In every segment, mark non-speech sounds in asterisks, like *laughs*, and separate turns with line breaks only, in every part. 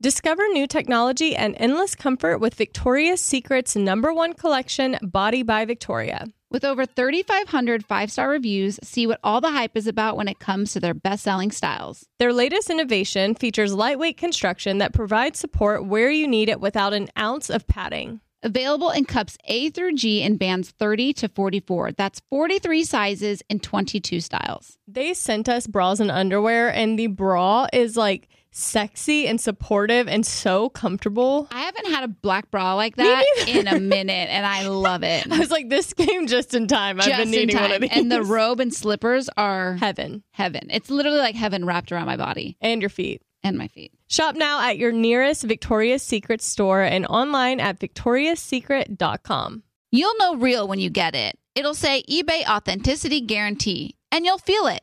Discover new technology and endless comfort with Victoria's Secret's number one collection, Body by Victoria.
With over 3,500 five star reviews, see what all the hype is about when it comes to their best selling styles.
Their latest innovation features lightweight construction that provides support where you need it without an ounce of padding.
Available in cups A through G in bands 30 to 44. That's 43 sizes and 22 styles.
They sent us bras and underwear, and the bra is like sexy and supportive and so comfortable. *laughs*
I haven't had a black bra like that in a minute, and I
*laughs*
love it.
I was like, this came just in time. I've been
Just in
needing one
time.
of these.
And the robe and slippers are
heaven
heaven. It's literally like heaven wrapped around my body
and your feet.
and my feet.
Shop now at your nearest Victoria's Secret store and online at victoriassecret.com.
You'll know real when you get it. It'll say eBay Authenticity Guarantee, and you'll feel it.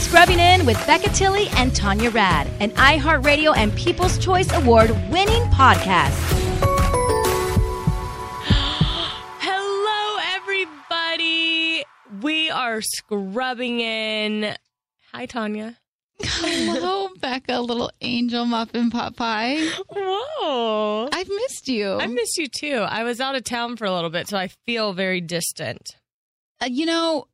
Scrubbing In with Becca Tilly and Tanya Rad, an iHeartRadio and People's Choice Award winning podcast.
Hello, everybody. We are scrubbing in. Hi, Tanya.
Hello, Becca, little angel muffin pot pie.
Whoa.
I've missed *laughs* you.
I miss you too. I was out of town for a little bit, so I feel very distant.
Uh, you know,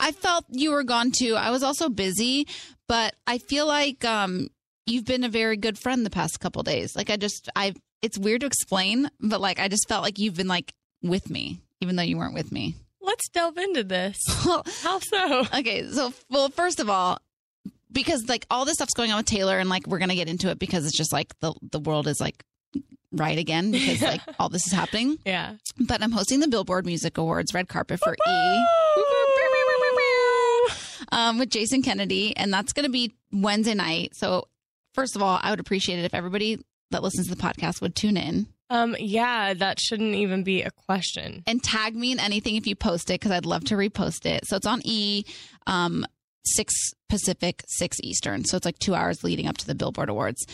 I felt you were gone too. I was also busy, but I feel like um, you've been a very good friend the past couple days. Like I just, I, it's weird to explain, but like I just felt like you've been like with me, even though you weren't with me.
Let's delve into
*laughs*
this. How so?
Okay, so well, first of all, because like all this stuff's going on with Taylor, and like we're gonna get into it because it's just like the the world is like right again because like all this is happening.
Yeah.
But I'm hosting the Billboard Music Awards red carpet for E um, with Jason Kennedy, and that's gonna be Wednesday night. So first of all, I would appreciate it if everybody that listens to the podcast would tune in
Um, yeah, that shouldn't even be a question.
and tag me in anything if you post it because I'd love to repost it. So it's on E, um, six Pacific, six Eastern. So it's like two hours leading up to the Billboard Awards.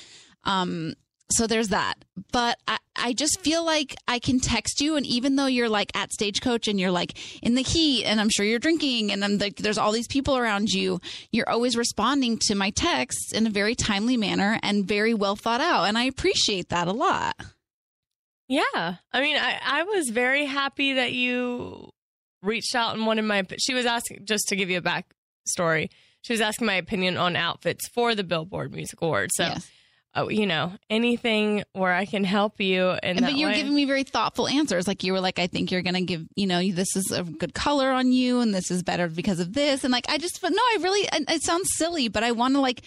Um, so there's that. But I, I just feel like I can text you, and even though you're like at Stagecoach and you're like in the heat, and I'm sure you're drinking, and I'm like, there's all these people around you, you're always responding to my texts in a very timely manner and very well thought out. And I appreciate that a lot.
Yeah. I mean, I, I was very happy that you reached out and wanted my she was asking just to give you a back story. She was asking my opinion on outfits for the Billboard Music Awards. So,
Yes.
oh, you know, anything where I can help you and
but you were giving me very thoughtful answers. Like you were like, I think you're gonna give, you know, this is a good color on you, and this is better because of this, and like I just, but no, I really, and it sounds silly, but I want to like,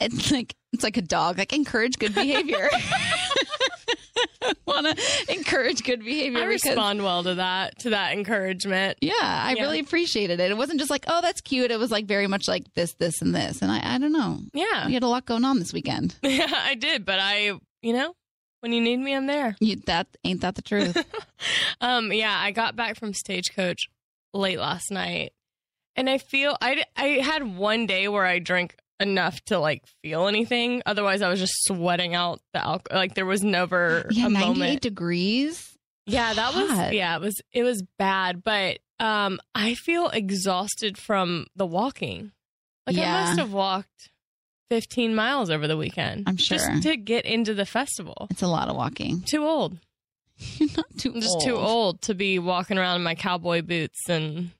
it's like it's like a dog, like encourage
*laughs*
good behavior. *laughs* want to encourage good behavior.
I
because-
respond well to that to that encouragement.
Yeah, I
Yeah.
really appreciated it. It wasn't just like, oh, that's cute. It was like very much like this, this, and this. And I, I don't know.
Yeah.
We had a lot going on this weekend.
Yeah, *laughs* I did, but I, you know, when you need me, I'm there.
You, that ain't that
*laughs*
the truth.
Um, yeah, I got back from Stagecoach late last night, and I feel I I had one day where I drank enough to like feel anything. Otherwise, I was just sweating out the alcohol. Like there was never
Yeah,
a
98
moment.
degrees.
yeah, that was
hot.
yeah, it was it was bad, but um I feel exhausted from the walking. Like
Yeah.
I must have walked 15 miles over the weekend.
I'm sure.
Just to get into the festival.
It's a lot of walking.
Too old.
You're not too
I'm just too old to be walking around in my cowboy boots and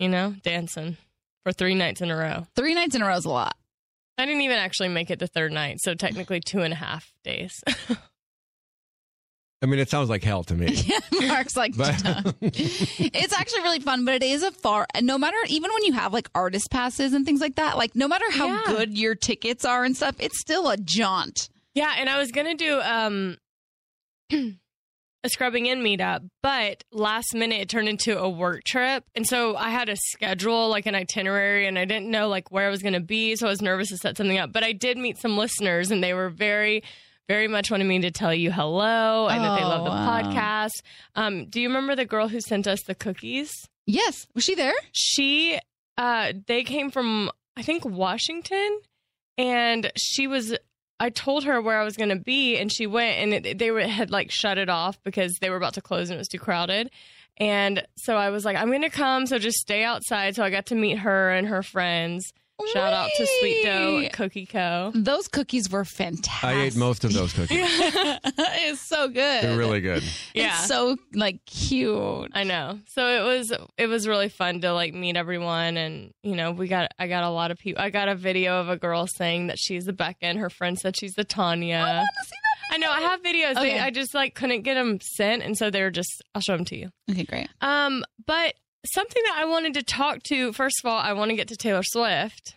you know, dancing for 3 nights in a row.
Three nights in a row is a
*laughs*
lot.
I didn't even actually make it the third night, so technically two and a half days.
I mean, it sounds like hell
*laughs*
to me.
Mark's like,
But- *laughs*
"Duh." it's actually really fun, but it is a far. No matter, even when you have like artist passes and things like that, like no matter how
Yeah.
good your tickets are and stuff, it's still a jaunt.
yeah, and I was gonna do um *clears throat* a scrubbing in meetup, but last minute it turned into a work trip, and so I had a schedule like an itinerary, and I didn't know like where I was gonna be, so I was nervous to set something up. But I did meet some listeners, and they were very. Very much wanted me to tell you hello and that they
Oh,
love the
wow.
podcast. Um, do you remember the girl who sent us the cookies?
Yes, was she there?
she uh they came from i think washington and she was i told her where i was going to be and she went and it, they were had like shut it off because they were about to close and it was too crowded and so i was like i'm going to come so just stay outside so i got to meet her and her friends shout out to sweet dough
Wee!
and cookie co
Those cookies were fantastic.
I ate
*laughs*
most of those cookies.
it's so good. *laughs*
They're really good.
yeah
It's so like cute.
I know. So it was it was really fun to like meet everyone and you know, we got I got a lot of people I got a video of a girl saying that she's the Becca and her friend said she's the Tanya. I know, I have videos.
Okay.
They, I just like couldn't get them sent and so they're just I'll show them to you.
Okay, great.
Um but something that I wanted to talk to first of all, I want to get to Taylor Swift.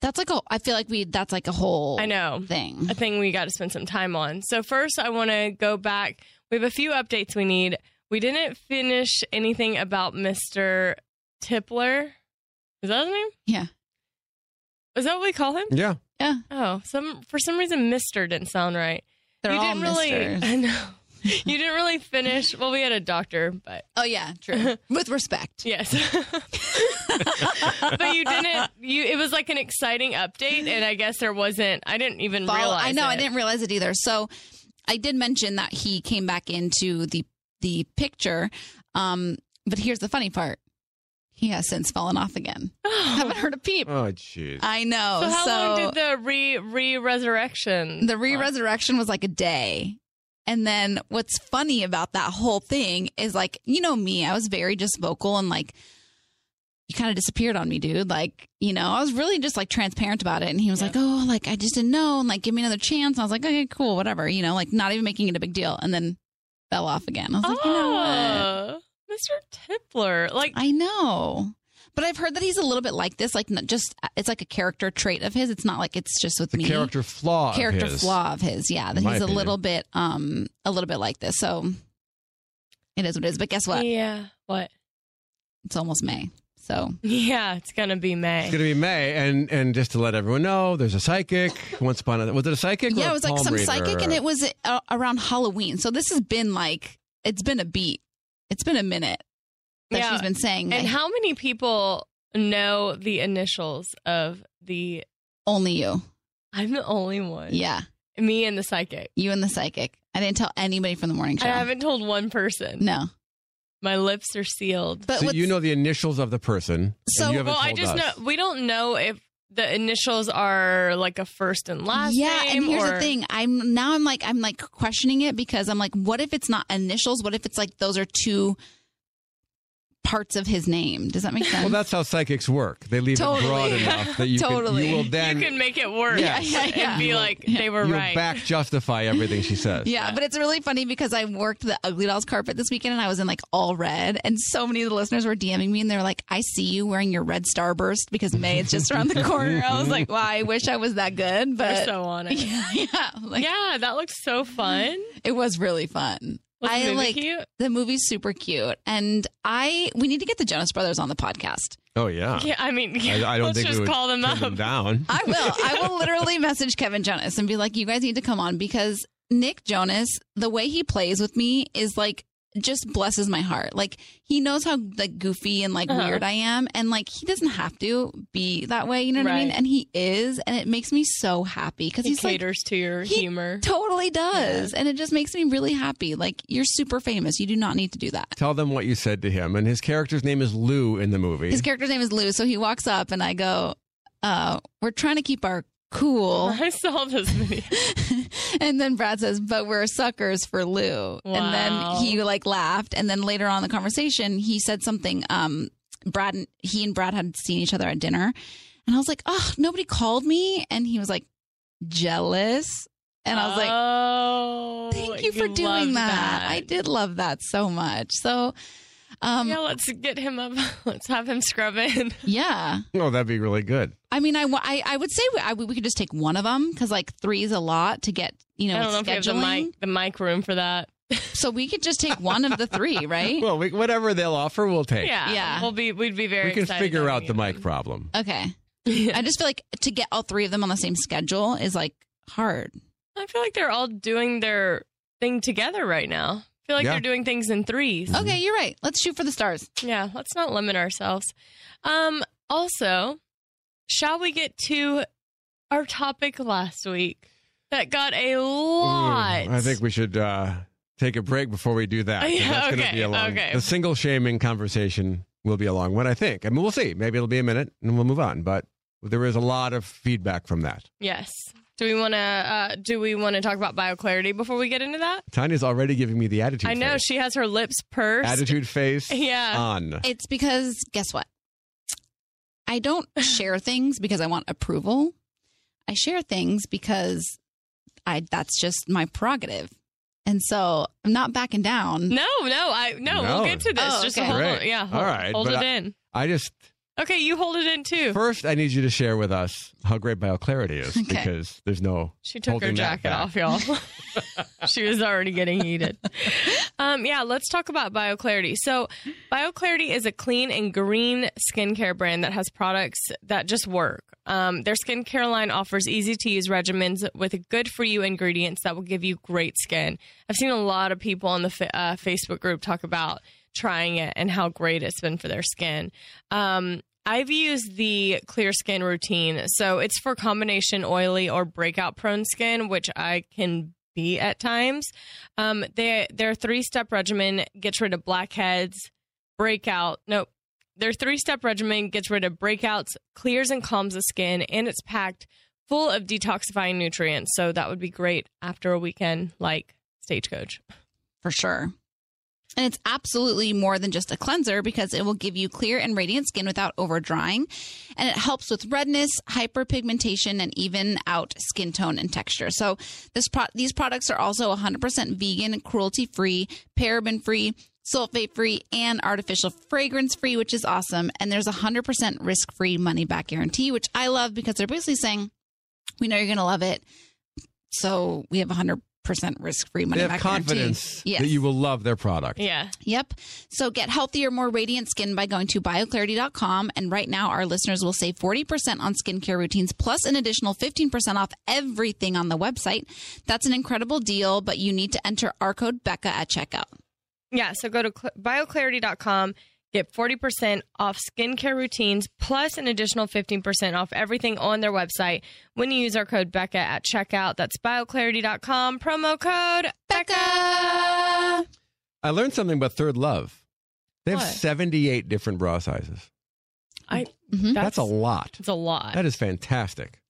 That's like a. I feel like we. That's like a whole.
I know.
thing.
a thing we got to spend some time on. So first, I want to go back. We have a few updates we need. We didn't finish anything about Mr. Tipler. Is that his name?
Yeah.
Is that what we call him?
Yeah.
Oh, some for some reason, Mr. didn't sound right.
They're
you
all
didn't really. *laughs*
misters.
I know. you didn't really finish. Well, we had a doctor, but
Oh yeah,
*laughs*
true. With respect.
yes. *laughs* but you didn't. You. It was like an exciting update, and I guess there wasn't. I didn't even
Follow-
realize.
I know. I
it.
didn't realize it either. So I did mention that he came back into the the picture. Um, but here's the funny part. He has since fallen
*gasps*
off again. Haven't heard a peep.
Oh, jeez.
I know.
So how
so
long did the re re resurrection?
The re resurrection was like a day. And then what's funny about that whole thing is like, you know me, I was very just vocal and like, you kind of disappeared on me, dude. Like, you know, I was really just like transparent about it. And he was like, oh, like, I just didn't know. And like, give me another chance. And I was like, okay, cool, whatever. You know, like, not even making it a big deal. And then fell off again. I was like, you know what?
Oh, Mr. Tipler. Like,
I know. But I've heard that he's a little bit like this. Like, not just, uh, it's like a character trait of his. It's not like it's just with
the
me
character flaw. of
character
his.
flaw of his. Yeah, that
In my
he's a
opinion.
little bit, um, a little bit like this. So it is what it is. But guess what?
yeah. What?
It's almost May. So
Yeah, it's gonna be May.
It's going to be May, and and just to let everyone know, there's a psychic. Once upon a was it a psychic? or
yeah,
a
it was like
palm
some
reader?
psychic, and it was uh, around Halloween. So this has been like it's been a beat. It's been a minute that
Yeah.
she's been saying
and
like,
how many people know the initials of the?
only you.
I'm the only one.
Yeah,
Me and the psychic.
you and the psychic. I didn't tell anybody from the morning show.
I haven't told one person.
No,
My lips are sealed.
but
So
what's-
you know the initials of the person.
So-
and you haven't
well, I
told
just
us.
know we don't know if the initials are like a first and last
yeah
name.
and here's the
or-
thing i'm now i'm like i'm like questioning it because i'm like what if it's not initials what if it's like those are two parts of his name does that make sense
Well, that's how psychics work. They leave
Totally.
it broad
Yeah.
enough
*laughs*
that you
Totally.
can, you will
You
then
you can make it work
Yeah,
yeah, yeah.
and be like, they were
you'll
right.
back justify everything she says.
yeah, but it's really funny because I worked the Ugly Dolls carpet this weekend and I was in like all red. And so many of the listeners were DMing me and they're like, I see you wearing your red starburst because May is just around the
*laughs*
corner. I was like, wow, I wish I was that good.
We're
But
so *laughs* on it.
*laughs* yeah, yeah, like,
yeah, that looks so fun.
it was really fun.
Was the
I
movie
like
cute?
the movie's super cute. And I, we need to get the Jonas Brothers on the podcast.
Oh yeah.
Yeah, I mean,
I, I don't
let's
think
just
we would
call them
turn
up.
*laughs*
them down.
I will. I will literally message Kevin Jonas and be like, you guys need to come on because Nick Jonas, the way he plays with me is like just blesses my heart. Like he knows how like goofy and like
Uh-huh.
weird I am, and like he doesn't have to be that way. You know what I mean?
Right.
And he is, and it makes me so happy because
He
he's like
caters to your
he
humor.
totally does, and it just makes me really happy. Like you're super famous. You do not need to do that.
Tell them what you said to him. And his character's name is Lou in the movie.
His character's name is Lou, so he walks up, and I go, uh, "We're trying to keep our
*laughs*
cool."
I saw this video.
*laughs* and then Brad says, "But we're suckers for Lou." And
Wow.
then he like laughed. And then later on in the conversation, he said something. Um, Brad, and, he and Brad had seen each other at dinner, and I was like, "Oh, nobody called me." And he was like, "Jealous." And I was like,
oh,
"Thank you for
love
doing that. I did love that so much." So, um,
yeah,
yeah.
let's get him up. *laughs* Let's have him scrub in.
oh, that'd be really good.
I mean, I, wa- I, I would say we, I, we could just take one of them because like three is a lot to get, you know,
I don't know if we have the
scheduling.
mic, the mic room for that.
So we could just take one of the three, right?
Well, we, whatever they'll offer, we'll take.
*laughs* Yeah,
Yeah.
We'll be. We'd be very.
We can
excited
figure
having
out the
him.
mic problem.
Okay.
Yeah.
I just feel like to get all three of them on the same schedule is like hard.
*laughs* I feel like they're all doing their thing together right now. I feel like
Yeah.
they're doing things in threes.
Okay, you're right. Let's shoot for the stars.
Yeah, let's not limit ourselves. Um, also, shall we get to our topic last week that got a lot?
Mm, I think we should uh, take a break before we do that. 'cause
Yeah,
that's going
okay,
to be a long.
okay.
The single shaming conversation will be a long one, I think. I mean, we'll see. Maybe it'll be a minute and we'll move on. But there is a lot of feedback from that.
yes. Do we want to? Uh, do we want to talk about bioclarity before we get into that?
Tanya's already giving me the attitude.
I know
face.
she has her lips pursed.
attitude face.
*laughs* Yeah.
On.
It's because guess what? I *laughs* don't share things because I want approval. I share things because I that's just my prerogative. And so I'm not backing down.
No, no, I no.
No.
We'll get to this.
Oh,
Just
okay.
hold on.
Great.
Yeah.
All
Hold,
right,
Hold
but
it
I-
in.
I just
Okay, you hold it in too.
first I need you to share with us how great
*laughs*
bioclarity is
Okay.
because there's no
She took her
holding that
jacket
back.
off, y'all. *laughs* she was already getting heated. Um, yeah, let's talk about BioClarity. So, BioClarity is a clean and green skincare brand that has products that just work. Um, their skincare line offers easy to use regimens with good for you ingredients that will give you great skin. I've seen a lot of people on the fa- uh, Facebook group talk about trying it and how great it's been for their skin. Um, I've used the clear skin routine. So it's for combination oily or breakout prone skin, which I can be at times. Um, they, their three step regimen gets rid of blackheads, breakout. Nope. Their three step regimen gets rid of breakouts, clears and calms the skin, and it's packed full of detoxifying nutrients. So that would be great after a weekend like Stagecoach.
for sure. And it's absolutely more than just a cleanser because it will give you clear and radiant skin without over drying. And it helps with redness, hyperpigmentation, and even out skin tone and texture. So this pro- these products are also 100% vegan, cruelty free, paraben free, sulfate free, and artificial fragrance free, which is awesome. And there's a 100% risk free money back guarantee, which I love because they're basically saying, we know you're going to love it. So we have 100% risk free money
They have
back
confidence
guarantee. Yes.
that you will love their product.
Yeah.
Yep. So get healthier, more radiant skin by going to bioclarity.com. And right now, our listeners will save 40% on skincare routines, plus an additional 15% off everything on the website. That's an incredible deal, but you need to enter our code BECCA at checkout.
Yeah, so go to cl- bioclarity.com, get 40% off skincare routines, plus an additional 15% off everything on their website when you use our code BECCA at checkout. That's bioclarity.com, promo code
BECCA!
I learned something about Third Love. They have
What?
78 different bra sizes.
I,
Mhm.
Mm-hmm. That's, a lot.
It's a lot.
That is fantastic.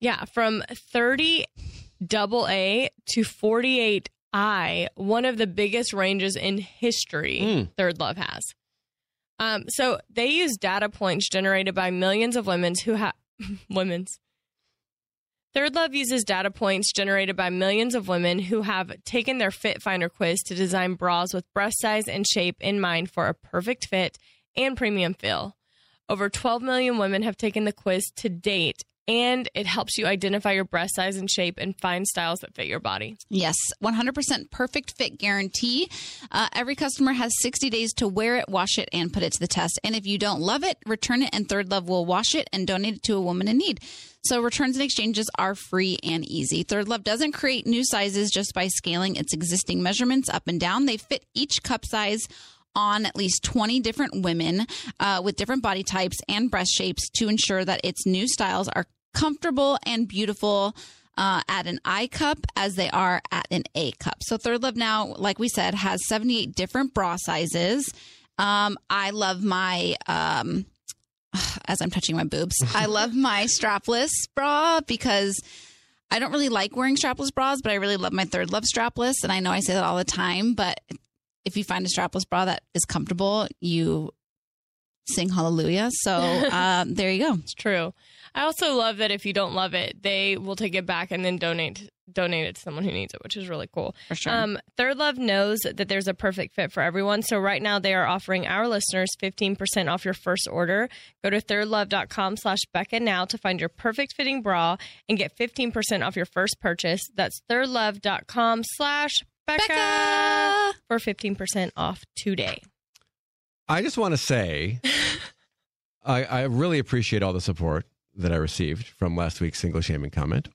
yeah, from 30 double A to 48 I, one of the biggest ranges in history
Mm.
Third Love has. Um, so they use data points generated by millions of women's who have *laughs* women's. Third Love uses data points generated by millions of women who have taken their Fit Finder quiz to design bras with breast size and shape in mind for a perfect fit and premium feel. Over 12 million women have taken the quiz to date, and it helps you identify your breast size and shape and find styles that fit your body.
Yes, 100% perfect fit guarantee. Uh, every customer has 60 days to wear it, wash it, and put it to the test. And if you don't love it, return it, and Third Love will wash it and donate it to a woman in need. So returns and exchanges are free and easy. Third Love doesn't create new sizes just by scaling its existing measurements up and down. They fit each cup size on at least 20 different women uh, with different body types and breast shapes to ensure that its new styles are comfortable and beautiful uh, at an I cup as they are at an A cup. So Third Love now, like we said, has 78 different bra sizes. Um, I love my. Um, *sighs* as I'm touching my boobs. *laughs* I love my strapless bra because I don't really like wearing strapless bras, but I really love my third love strapless. And I know I say that all the time, but if you find a strapless bra that is comfortable, you sing hallelujah. So *laughs* um, there you go.
It's true. I also love that if you don't love it, they will take it back and then donate donate it to someone who needs it, which is really cool.
For sure.
Um, Third Love knows that there's a perfect fit for everyone. So right now they are offering our listeners 15% off your first order. Go to thirdlove.com slash Becca now to find your perfect fitting bra and get 15% off your first purchase. That's thirdlove.com slash Becca
Becca!
for 15% off today.
I just want to say, I, I really appreciate all the support that I received from last week's single shaming comment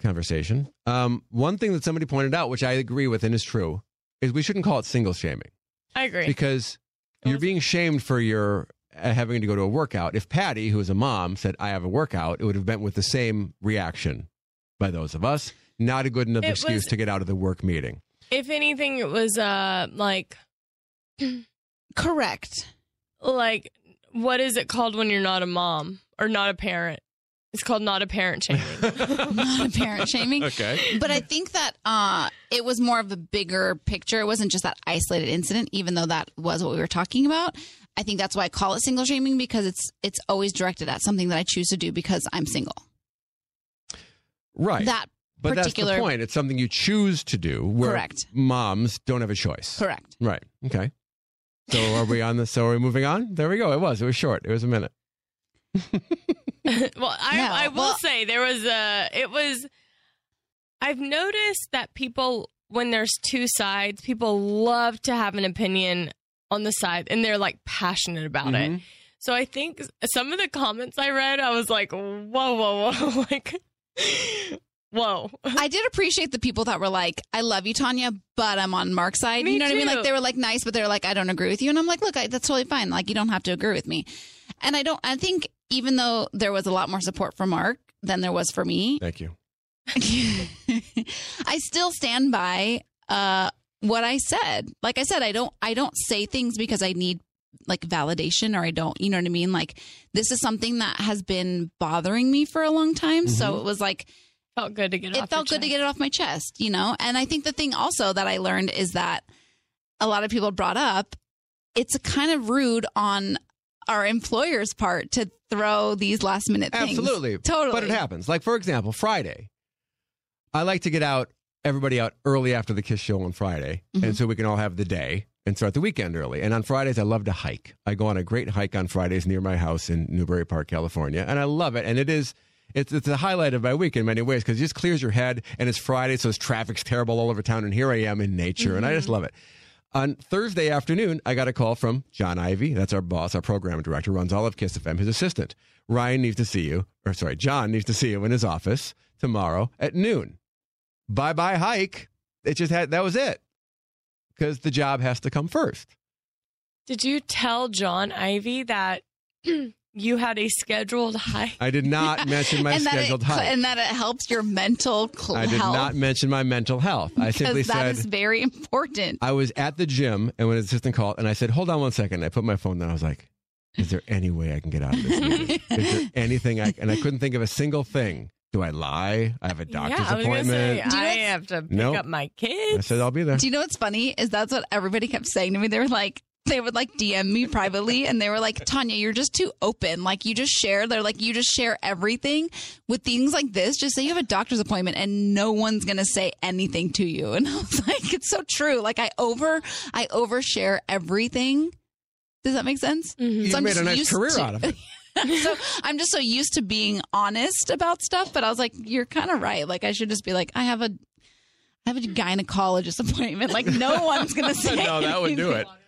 conversation. Um, one thing that somebody pointed out, which I agree with and is true, is we shouldn't call it single shaming
I agree.
because you're being shamed for your uh, having to go to a workout. If Patty, who is a mom, said I have a workout, it would have been with the same reaction by those of us. Not a good enough
It
excuse
was-
to get out of the work meeting.
if anything, it was uh like
Correct.
like what is it called when you're not a mom or not a parent? It's called not a parent shaming.
Not *laughs* apparent shaming.
Okay.
But I think that uh, it was more of a bigger picture. It wasn't just that isolated incident, even though that was what we were talking about. I think that's why I call it single shaming because it's it's always directed at something that I choose to do because I'm single.
Right.
That
but that's the
particular
point. It's something you choose to do where
Correct.
moms don't have a choice.
*laughs*
correct.
Right. Okay. So are we on this? So are we moving on? There we go. It was. It was short. It was a minute.
well, I,
No,
I will
well-
say there was a. It was. I've noticed that people, when there's two sides, people love to have an opinion on the side, and they're like passionate about
Mm-hmm.
it. So I think some of the comments I read, I was like, whoa, whoa, whoa, *laughs* like, whoa.
I did appreciate the people that were like, "I love you, Tanya, but I'm on Mark's side."
Me
you know what I mean?
too.
Like they were like nice, but they're like, "I don't agree with you," and I'm like, "Look, I, that's totally fine. Like you don't have to agree with me." And I don't. I think even though there was a lot more support for Mark than there was for me,
Thank you.
*laughs* I still stand by uh, what I said. Like I said, I don't I don't say things because I need like validation or I don't, you know what I mean? Like this is something that has been bothering me for a long time. So it was like
Felt good to get it.
it felt good to get it off my chest, you know? And I think the thing also that I learned is that a lot of people brought up it's kind of rude on our employer's part to throw these last minute things.
Absolutely.
Totally.
But it happens. Like for example, Friday. I like to get out everybody out early after the kiss show on Friday,
Mm-hmm.
and so we can all have the day and start the weekend early. And on Fridays, I love to hike. I go on a great hike on Fridays near my house in Newbury Park, California, and I love it. And it is. It's, it's the highlight of my week in many ways because it just clears your head and it's Friday, so it's traffic's terrible all over town. And here I am in nature, and I just
Mm-hmm.
love it. On Thursday afternoon, I got a call from John Ivy. That's our boss, our program director, runs all of Kiss FM, his assistant. Ryan needs to see you, or sorry, John needs to see you in his office tomorrow at noon. Bye bye hike. It just had that was it. Because the job has to come first.
Did you tell John Ivy that *clears throat* you had a scheduled hike?
I
*laughs*
did not mention my
and that
scheduled
it,
hike.
And that it helps your mental cl-
I did
health.
not mention my mental health. I simply
because that
said
is very important.
I was at the gym and when his assistant called and I said, Hold on one second. I put my phone down. I was like, Is there any way I can get out of this meeting? Is
*laughs*
there anything I and I couldn't think of a single thing. Do I lie? I have a *laughs* doctor's
yeah, I was gonna
appointment.
say
Do you
I
know what's-
have to pick
Nope.
up my
I
kids.
said I'll be there.
Do you know what's funny is that's what everybody kept saying to me. They were like, they would like DM me privately, and they were like, Tanya, you're just too open. Like you just share. They're like, you just share everything with things like this. Just say you have a doctor's appointment, and no one's gonna say anything to you. *laughs* And I was like, it's so true. Like I over, I overshare everything. Does that make sense?
Mhm.
You
I'm
made
just
a nice
used
career
to-
out of it.
so I'm just so used to being honest about stuff, but I was like, you're kind of right. Like I should just be like, I have a, *laughs*
*laughs*
I have a gynecologist appointment. Like no one's gonna say.
no, that would do
anything.
it.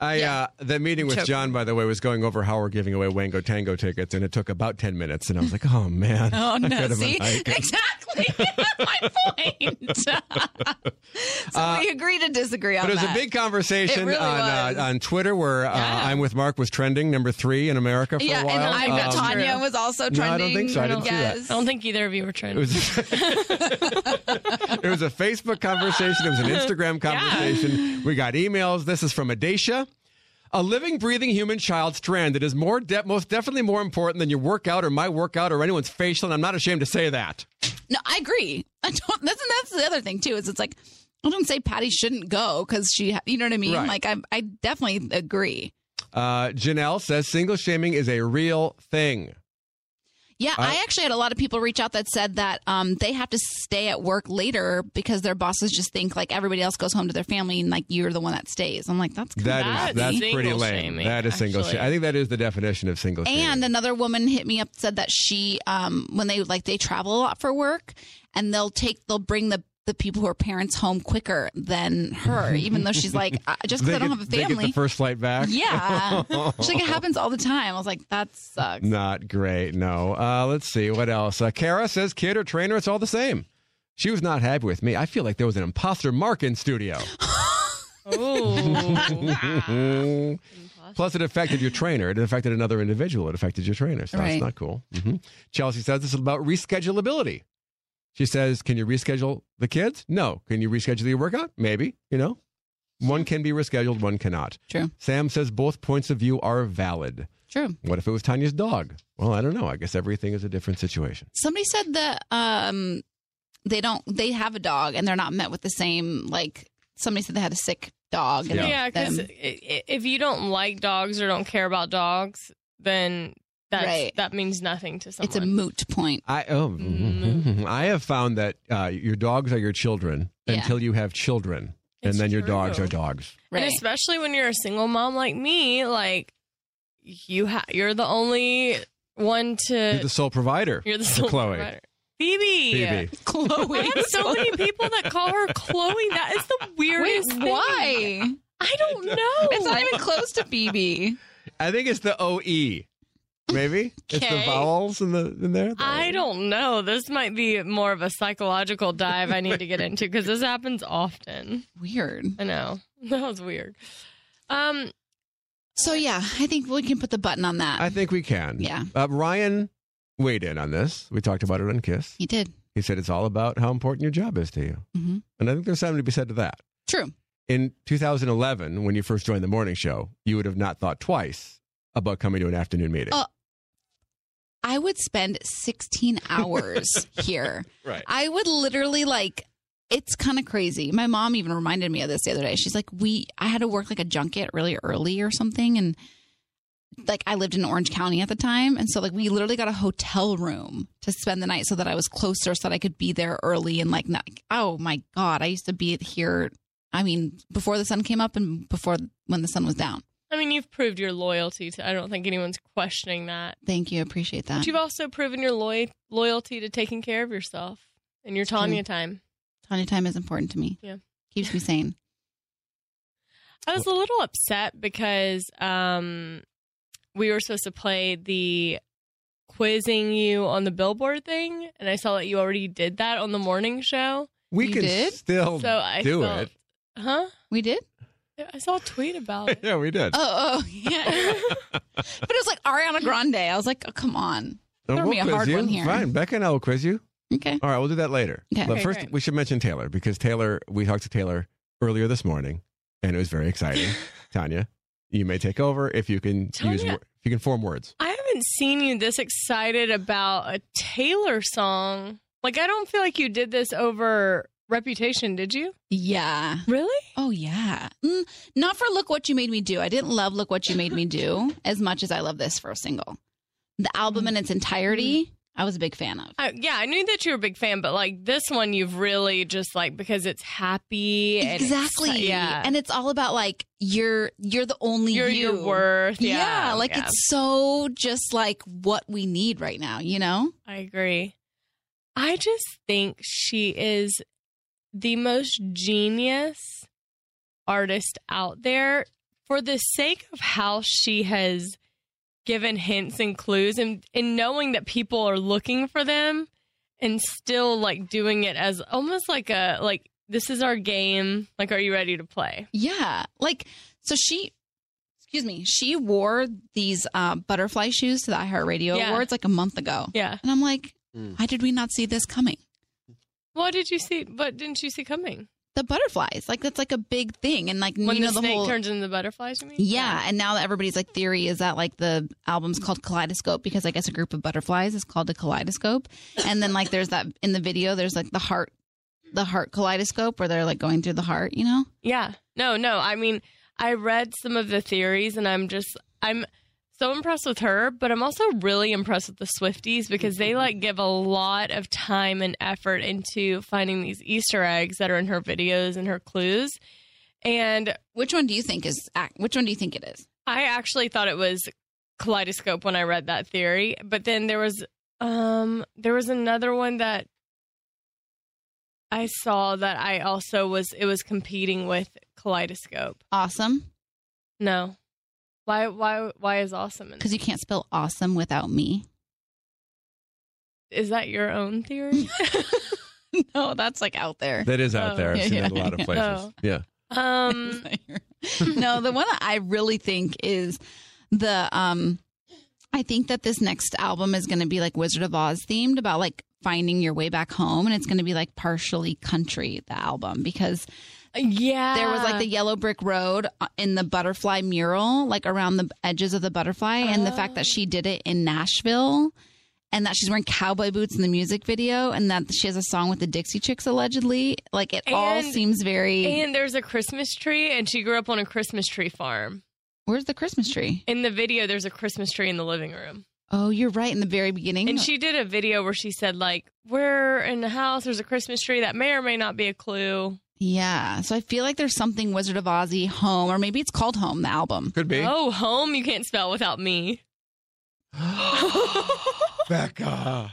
I
Yeah.
uh, the meeting with
Choke.
John, by the way, was going over how we're giving away Wango Tango tickets, and it took about ten minutes. And I was like, "Oh man,
Oh
I could
no!
have been
See, *laughs*
like-
exactly That's my point. *laughs* so we agree to disagree on
Uh, But it was
that.
a big conversation
It really
on
was.
Uh, on Twitter where uh,
Yeah.
I'm with Mark was trending number three in America for
yeah,
a while.
and I
I
think
bet
Um,
Tanya
true.
was also
No, I
trending.
don't think so. I didn't see that.
I don't think either of you were trying.
it was *laughs* it was a Facebook conversation. It was an Instagram conversation. We got emails. This is from Adacia. A living, breathing human child strand that is more de- most definitely more important than your workout or my workout or anyone's facial, and I'm not ashamed to say that.
No, I agree. *laughs* I don't. That's and that's the other thing too. Is it's like I don't say Patty shouldn't go because she. You know what I mean?
Right.
Like I, I definitely agree.
Uh, Janelle says single shaming is a real thing.
Yeah,
I-
I actually had a lot of people reach out that said that um, they have to stay at work later because their bosses just think like everybody else goes home to their family and like you're the one that stays. I'm like, that's kind
That
of
is
That's
that's
single
pretty lame.
shaming,
that is single
actually.
shaming. I think that is the definition of single shaming.
And another woman hit me up said that she um when they like they travel a lot for work and they'll take they'll bring the the people who are parents home quicker than
*laughs*
her, even though she's like I, just because I don't have a
they get
family.
the first flight back. *laughs*
yeah, she's like it happens all the time. I was like, that sucks.
Not great. No. Uh, let's see what else. Uh, Kara says, kid or trainer, it's all the same. She was not happy with me. I feel like there was an imposter mark
*laughs*
in studio. *laughs*
Ooh.
Oh,
Mhm. *laughs* Plus, it affected your trainer. It affected another individual. It affected your trainer. So
Right.
that's not cool. hmm Chelsea says this is about reschedulability. She says, can you reschedule the kids? No. Can you reschedule your workout? Maybe. You know, one can be rescheduled, one cannot.
True.
Sam says both points of view are valid.
True.
What if it was Tanya's dog? Well, I don't know. I guess everything is a different situation.
Somebody said that um they don't they have a dog and they're not met with the same like somebody said they had a sick dog. And
Yeah, because
them.
if you don't like dogs or don't care about dogs, then that's,
Right.
that means nothing to someone.
it's a moot point.
I oh,
Mm.
I have found that uh, your dogs are your children
Yeah.
until you have children,
It's
and then your dogs
true.
are dogs.
Right.
And especially when you're a single mom like me, like you ha- you're the only one to
You're the sole provider.
Uh, you're the
for
sole
Chloe.
provider. Phoebe.
Phoebe.
*laughs* Chloe,
I have so many people that call her Chloe. That is the
Wait,
weirdest thing.
why?
I
*laughs*
don't know.
It's not even close to Phoebe.
I think it's the O E. Maybe it's the
Okay.
vowels in the in there. The
I
OE.
don't know. This might be more of a psychological dive I need to get into because this happens often.
Weird.
I know. *laughs* That was weird. Um,
So yeah, I think we can put the button on that.
I think we can.
Yeah.
Uh, Ryan weighed in on this. We talked about it on Kiss.
he did.
He said it's all about how important your job is to you,
Mm-hmm.
Mhm.
and I think there's something to be said to that.
True.
in 2011, when you first joined the morning show, you would have not thought twice about coming to an afternoon meeting.
Oh. I would spend 16 hours here.
Right.
I would literally like it's kind of crazy. My mom even reminded me of this the other day. She's like, "We I had to work like a junket really early or something and like I lived in Orange County at the time and so like we literally got a hotel room to spend the night so that I was closer so that I could be there early and like not, oh my god, I used to be here I mean, before the sun came up and before when the sun was down.
I mean, you've proved your loyalty to. I don't think anyone's questioning that.
Thank you. Appreciate that.
But you've also proven your loy- loyalty to taking care of yourself and your Tanya time.
Tanya time is important to me.
Yeah.
Keeps me sane.
I was a little upset because um, we were supposed to play the quizzing you on the billboard thing, and I saw that you already did that on the morning show.
we
You
can
did?
still
so I
do
felt-
it.
huh?
We did?
I saw a tweet about *laughs* it.
*laughs* Yeah, we did.
Oh, *laughs* oh, yeah. but it was like Ariana Grande. I was like, oh, come on.
And
throw me a
quiz
hard
you.
one here.
Fine, Becca and I will quiz you.
Okay.
All right, we'll do that later.
Okay.
But
Okay,
first,
great.
we should mention Taylor because Taylor, we talked to Taylor earlier this morning, and it was very
*laughs*
exciting. Tanya, you may take over if you can use
Tanya-
wor- if you can form words.
I haven't seen you this excited about a Taylor song. Like, I don't feel like you did this over Reputation, did you?
Yeah.
Really?
Oh, yeah. Mm, not for Look What You Made Me Do. I didn't love Look What You Made Me Do as much as I love this first single. The album in its entirety, I was a big fan of.
Uh, yeah, I knew that you were a big fan, but like this one, you've really just like because it's happy. And it's-
exactly.
yeah.
And it's all about like you're you're the only
your,
you.
your worth.
Yeah,
Yeah.
like
yeah.
it's so just like what we need right now, you know?
I agree. I just think she is the most genius artist out there for the sake of how she has given hints and clues and, and knowing that people are looking for them and still like doing it as almost like a like this is our game like are you ready to play
Yeah. Like, so she, excuse me, she wore these uh, butterfly shoes to the iHeartRadio
Yeah.
Awards like a month ago.
yeah
And I'm like,
Mm.
why did we not see this coming?
what did you see what didn't you see coming
The butterflies, like, that's like a big thing. And like,
when
you know,
the
the,
snake
whole.
turns into the butterflies you mean
yeah, and now that everybody's like theory is that like the album's called Kaleidoscope because I guess a group of butterflies is called a kaleidoscope, and then like there's that in the video there's like the heart, the heart kaleidoscope where they're like going through the heart, you know?
Yeah. No, no. I mean, I read some of the theories and I'm just I'm so impressed with her, but I'm also really impressed with the Swifties because they like give a lot of time and effort into finding these Easter eggs that are in her videos and her clues. And
Which one do you think is ac- which one do you think it is?
I actually thought it was kaleidoscope when I read that theory, but then there was um there was another one that I saw that I also was it was competing with kaleidoscope.
Awesome,
No. Why why why is awesome in
because you can't spell awesome without me.
Is that your own
*laughs*
theory?
*laughs* no, that's like out there.
That is out
Oh.
there. I've seen
Yeah,
that in a lot of places.
Oh.
Yeah.
um
*laughs* no, the one that I really think is the um I think that this next album is going to be like Wizard of Oz themed about like finding your way back home and it's going to be like partially country the album because
yeah.
there was like the yellow brick road uh, in the butterfly mural like around the edges of the butterfly and the fact that she did it in Nashville and that she's wearing cowboy boots in the music video and that she has a song with the Dixie Chicks allegedly like it all
And-
seems very
and there's a Christmas tree and she grew up on a Christmas tree farm.
Where's the Christmas tree?
In the video there's a Christmas tree in the living room.
Oh, you're right in the very beginning.
And she did a video where she said like we're in the house there's a Christmas tree that may or may not be a clue.
Yeah. So I feel like there's something Wizard of Ozzy home, or maybe it's called Home, the album.
Could be.
Oh, home you can't spell without
*gasps*
me. *laughs*
Becca.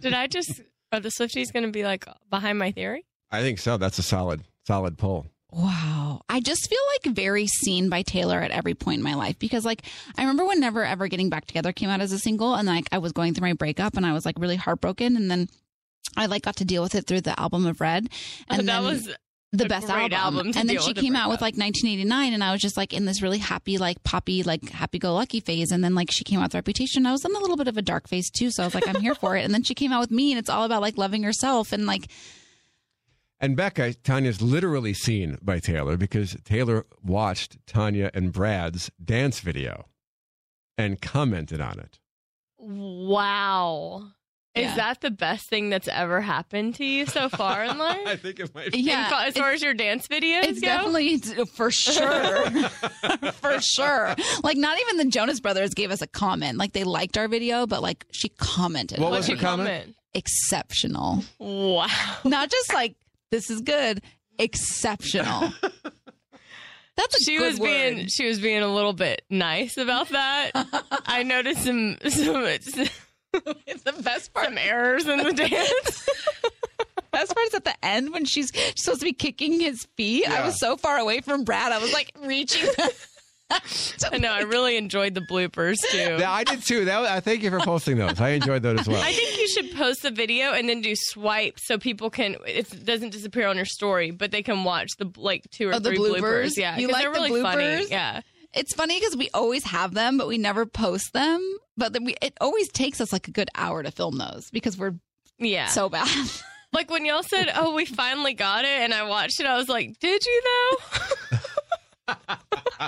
Did I just are the Swifties going to be like behind my theory?
I think so. That's a solid, solid pull.
Wow. I just feel like very seen by Taylor at every point in my life because like I remember when Never Ever Getting Back Together came out as a single and like I was going through my breakup and I was like really heartbroken and then I like got to deal with it through the album of Red.
*laughs*
And
that
then-
was
the
a
best
great
album.
album to
and then
deal
she
with a
came out with
breakup.
like 1989, and I was just like in this really happy, like poppy, like happy go lucky phase. And then like she came out with Reputation. I was in a little bit of a dark phase too, so I was like, I'm here for it. And then she came out with me, and it's all about like loving yourself
*laughs*
and like
And Becca, Tanya's literally seen by Taylor because Taylor watched Tanya and Brad's dance video and commented on it.
Wow.
Yeah.
Is that the best thing that's ever happened to you so far
*laughs*
in
I
life?
think it might be.
In fa-
yeah.
as far as your dance videos
It's
go?
definitely it's- for sure. *laughs* for sure. Like not even the Jonas Brothers gave us a comment. Like they liked our video, but like she commented.
What
on
was
it.
her comment?
Exceptional.
Wow.
Not just like this is good. *laughs* Exceptional. That's a
She
good
was being
word.
she was being a little bit nice about that.
*laughs*
I noticed some some it's the best part. Some errors
*laughs*
in the dance.
Best part is at the end when she's, she's supposed to be kicking his feet. I was so far away from Brad. I was *laughs* like reaching.
I know. I really enjoyed the bloopers too.
Yeah, I did too. That was, I thank you for posting those. I enjoyed those as well.
I think you should post the video and then do swipe so people can it doesn't disappear on your story, but they can watch the like two or
Oh, the
three
bloopers?
Yeah,
You
'cause
like
they're
the
really funny.
bloopers?
Yeah,
it's funny because we always have them, but we never post them. But then we, it always takes us like a good hour to film those because we're
yeah.
so bad.
like when y'all said, "Oh, we finally got it," and I watched it, I was like, "Did you though? *laughs*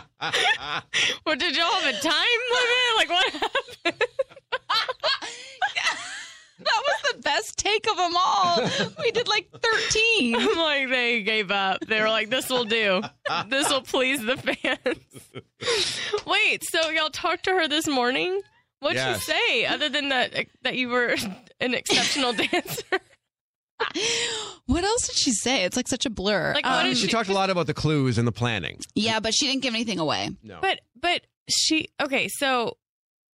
or did y'all have a time limit? Like what?" happened?
that was the best take of them all. We did like 13.
I'm *laughs* like, they gave up. They were like, "This will do. This will please the fans." *laughs* Wait, so y'all talked to her this morning? What'd
Yes.
she say other than that that you were *laughs* an exceptional dancer?
What else did she say? It's like such a blur.
Like, what
Um,
did
she talked a lot about the clues and the planning.
yeah, but she didn't give anything away.
No.
But but she okay, so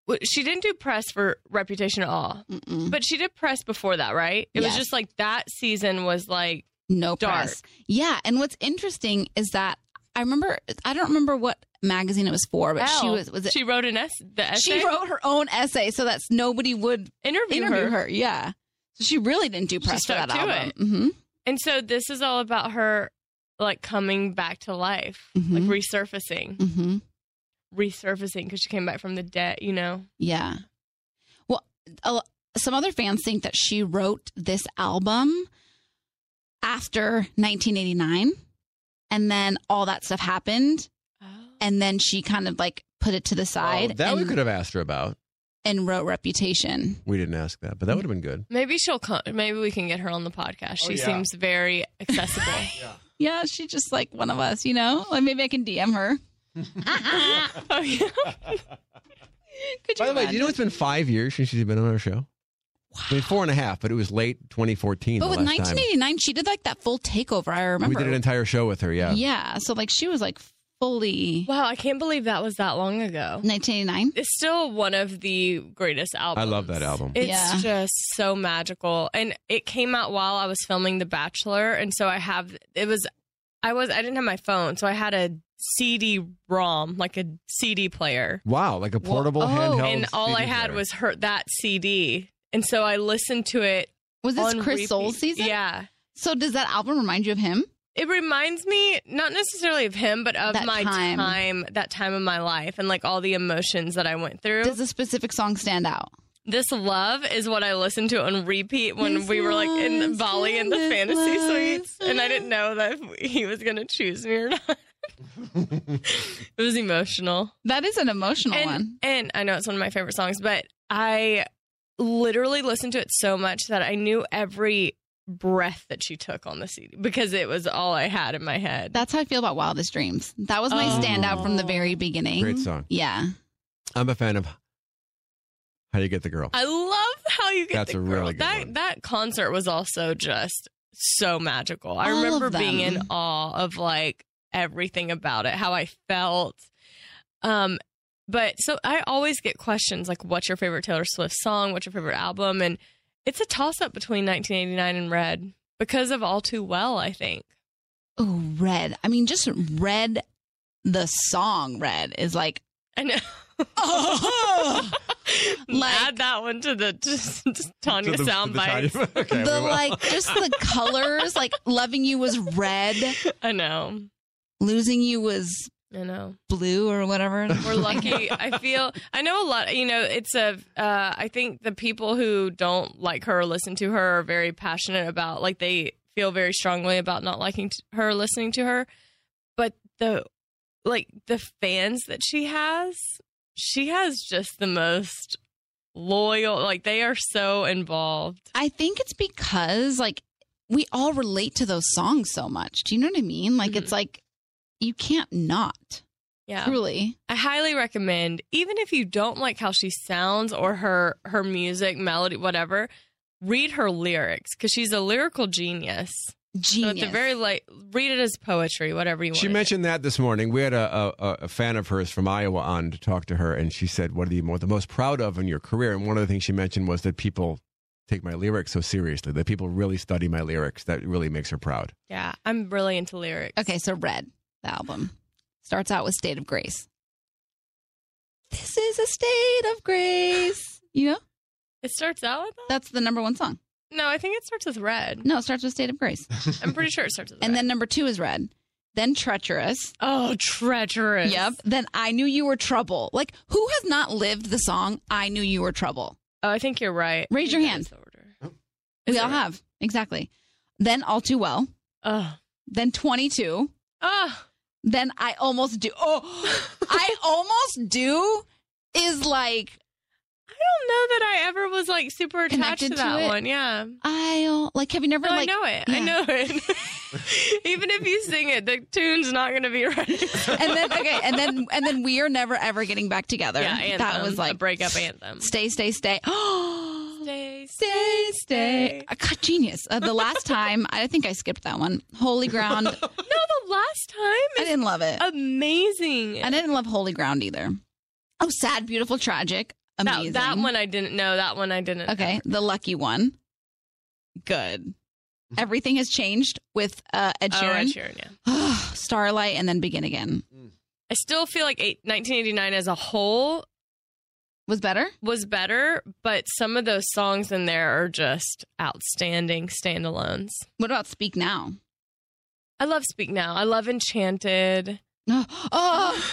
w- she didn't do press for Reputation at all,
Mm-mm.
but she did press before that, right? It was
Yes.
just like that season was like
No
Dark.
press. Yeah. And what's interesting is that I remember, I don't remember what magazine it was for, but she
Elle,
was, was it?
Oh. She wrote an es- the essay.
She wrote her own essay so that's nobody would
interview, her.
interview her. Yeah. So she really didn't do press for
stuck
that
to
album.
it.
hmm
And so this is all about her like coming back to life,
Mhm.
like resurfacing,
hmm
resurfacing because she came back from the dead. You know,
Yeah. Well, a lo- some other fans think that she wrote this album after 1989 and then all that stuff happened
Oh.
and then she kind of like put it to the side
Oh, that we
and,
could have asked her about.
and wrote Reputation.
We didn't ask that, but that would have been good.
maybe she'll come. Maybe we can get her on the podcast.
Oh,
she
yeah.
seems very accessible.
*laughs*
Yeah, she's just like one of us, you know? Like maybe I can DM her.
*laughs* oh yeah.
Could you
By the way, do you know
imagine?
it's been five years since she's been on our show? I mean, four and a half, but it was late 2014.
But
the
with
last time.
1989, she did like that full takeover. I remember.
We did an entire show with her, yeah.
Yeah. So like she was like fully
Wow, I can't believe that was that long ago.
1989.
It's still one of the greatest albums.
love that album.
It's
Yeah.
just so magical. And it came out while I was filming The Bachelor. And so I have, it was, I was, I didn't have my phone. So I had a CD ROM, like a CD player.
Wow, like a portable
oh,
handheld.
and all I
CD
had
player.
was her, that CD. And so I listened to it.
Was this
on
Chris
repeat.
Soul's season?
Yeah.
So does that album remind you of him?
It reminds me, not necessarily of him, but of
That
my
time.
time. that time of my life, and like all the emotions that I went through.
Does a specific song stand out?
This love is what I listened to on repeat when
This
we were like in
love's
Bali in the
gonna
fantasy
fly
suites, and I didn't know that he was gonna choose me or not. it was emotional,
That is an emotional
and
one.
and I know it's one of my favorite songs, but I literally listened to it so much that I knew every breath that she took on the CD because it was all I had in my head.
That's how I feel about Wildest Dreams. That was my
Oh.
standout from the very beginning.
Great song.
Yeah.
I'm a fan of How You Get the Girl.
I love how you get
That's
the
a
girl.
really good
that
one.
that concert was also just so magical. I
All of
remember
them.
being in awe of like everything about it, how I felt. Um but so I always get questions like what's your favorite Taylor Swift song, what's your favorite album and it's a toss up between 1989 and Red because of All Too Well, I think.
Oh, Red. I mean, just Red, the song Red is like,
I know.
oh, Like-
*laughs* Add that one to the *laughs* just, just Tanya
To the- to
sound
the
bites.
Tanya- *laughs* okay, we
the
will.
like, just the colors. Like, loving you was red,
I know.
losing you was
I know.
blue or whatever.
*laughs*
We're lucky. I feel I know a lot. You know, it's a. Uh, I think the people who don't like her or listen to her are very passionate about. Like they feel very strongly about not liking t- her, or listening to her. But the, like the fans that she has, she has just the most loyal. Like they are so involved.
I think it's because like we all relate to those songs so much. Do you know what I mean? Like it's like you can't not
Mm-hmm. Yeah.
truly.
I highly recommend, even if you don't like how she sounds or her her music, melody, whatever, read her lyrics because she's a lyrical genius.
Genius.
So at the very like, read it as poetry, whatever you want.
She mentioned that this morning. We had a, a, a fan of hers from Iowa on to talk to her, and she said, What are you more, the most proud of in your career? And one of the things she mentioned was that people take my lyrics so seriously, that people really study my lyrics. That really makes her proud.
Yeah, I'm really into lyrics.
okay, so Red, the album starts out with State of Grace. This is a state of grace. You know?
it starts out with that.
That's the number one song.
No, I think it starts with red.
No, it starts with State of Grace.
I'm pretty sure it starts with.
*laughs* And
red.
then number two is Red. Then Treacherous.
oh, treacherous.
Yep. Then I Knew You Were Trouble. Like, who has not lived the song I Knew You Were Trouble?
Oh, I think you're right.
Raise
I think
your
that
hand.
is the order.
We
Is
all
it-
have. Exactly. Then All Too Well.
Oh,
Then 22.
oh,
Then I almost do.
*laughs*
Oh, I almost do is like,
I don't know that I ever was like super attached
Connected
to
to
that
it?
one. Yeah.
I'll, like, have you never,
No,
like,
I know it. I
yeah.
know it. *laughs* Even if you sing it, the tune's not going to be
*laughs*
right.
and then, okay, and then, and then we are never ever getting back together.
yeah, anthem,
that was
a
like,
breakup anthem.
stay, stay, stay. *gasps*
Stay,
stay, stay.
stay.
God, genius. Uh,
*laughs*
the last time, I think I skipped that one. Holy Ground. I
No, the last time is
didn't love it.
amazing.
I didn't love Holy Ground either. Oh, Sad, Beautiful, Tragic. Amazing.
that, that one I didn't know. That one I didn't.
Okay, the lucky one. Good. Everything has changed with uh, Ed
Mm-hmm. Oh, Ed
Sheeran,
Sheeran, yeah.
*sighs* Starlight, and then Begin Again
I still feel like eight, 1989 as a whole
was better.
was better, but some of those songs in there are just outstanding standalones.
What about Speak Now?
I love Speak Now. I love Enchanted.
Oh,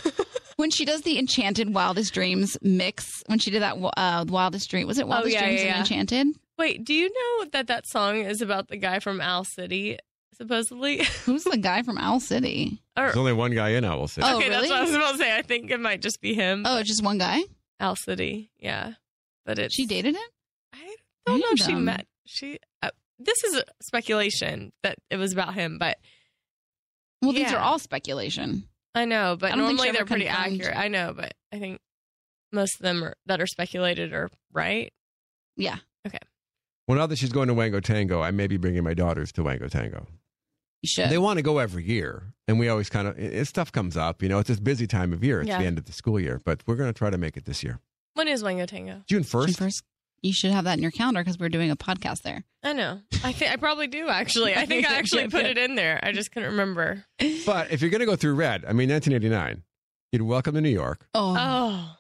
when she does the Enchanted Wildest Dreams mix, when she did that uh, Wildest Dream, was it Wildest
Oh, yeah,
Dreams
yeah,
and
yeah.
Enchanted?
Wait, do you know that that song is about the guy from Owl City, supposedly? *laughs*
Who's the guy from Owl City?
or,
There's only one guy in Owl City.
Oh,
okay, that's
really?
what I was about to say. I think it might just be him.
Oh, it's just one guy.
Owl City, yeah. But it's
She dated him.
I don't know if she
Random.
met. She. Uh, this is speculation that it was about him, but
Well, these
Yeah.
are all speculation.
I know. But
I don't think
normally
she ever
they're pretty
confirmed.
accurate. I know, but I think most of them are, that are speculated are right.
Yeah.
Well, now that she's going to Wango Tango, I may be bringing my daughters to Wango Tango.
You should.
They want to go every year, and we always kind of it, it- stuff comes up. You know, it's this busy time of year. It's
Yeah.
the end of the school year, but we're going to try to make it this year,
When is Wango Tango?
June
June first.
1st. You should have that in your calendar because we're doing a podcast there.
I know. I think I probably do actually. I
*laughs*
think I actually put it in there. I just couldn't remember.
Oh.
But if you're going to go through red, I mean, 1989, you'd welcome to New York,
Oh,
Oh,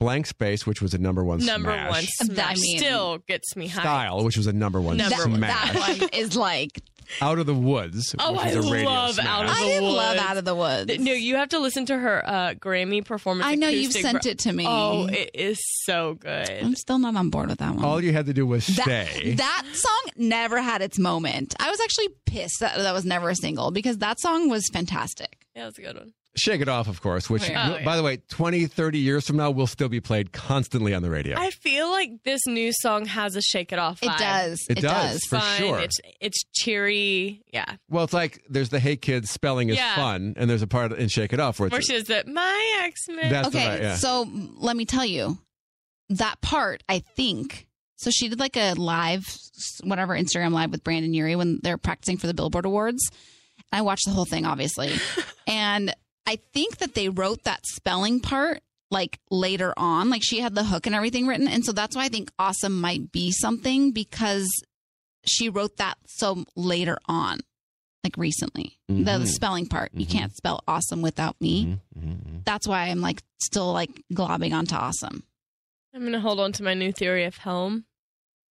Blank Space, which was a number one
number
smash,
one smash
I mean-
still gets me high.
Style, which was a number one
Number
that,
one.
smash,
that one is like
Out of the Woods,
Oh,
which
I
was a radio
love
smash.
Out of the
I didn't love
Woods.
Out of the Woods.
No, you have to listen to her uh, Grammy performance.
I know you've
acoustic
sent
ver-
it to me.
Oh, it is so
I'm
good.
still not on board with that one.
All you had to do was stay.
that, that song never had its moment. I was actually pissed that that was never a single because that song was fantastic.
Yeah, that's a good one.
Shake It Off, of course, which,
Oh,
yeah.
by the way, 20, 30 years from now will still be played constantly on the radio.
I feel like this new song has a shake it off vibe.
It does.
It
It,
does.
does.
For
Fun.
sure.
It's it's cheery. Yeah.
well, it's like there's the Hey Kids spelling is
Yeah.
fun, and there's a part in Shake It Off where it's.
Where she is that my ex man.
That's
okay,
right, yeah.
so let me tell you that part. I think so. She did like a live, whatever Instagram live with Brandon Urie when they're practicing for the Billboard Awards. I watched the whole thing, obviously,
*laughs*
and I think that they wrote that spelling part like later on. Like she had the hook and everything written, and so that's why I think "awesome" might be something because she wrote that so later on, like recently. The,
Mhm.
the spelling part, you
Mhm.
can't spell "awesome" without me
Mhm, mhm, mhm.
that's why I'm like still like globbing onto awesome.
I'm gonna hold on to my new theory of home.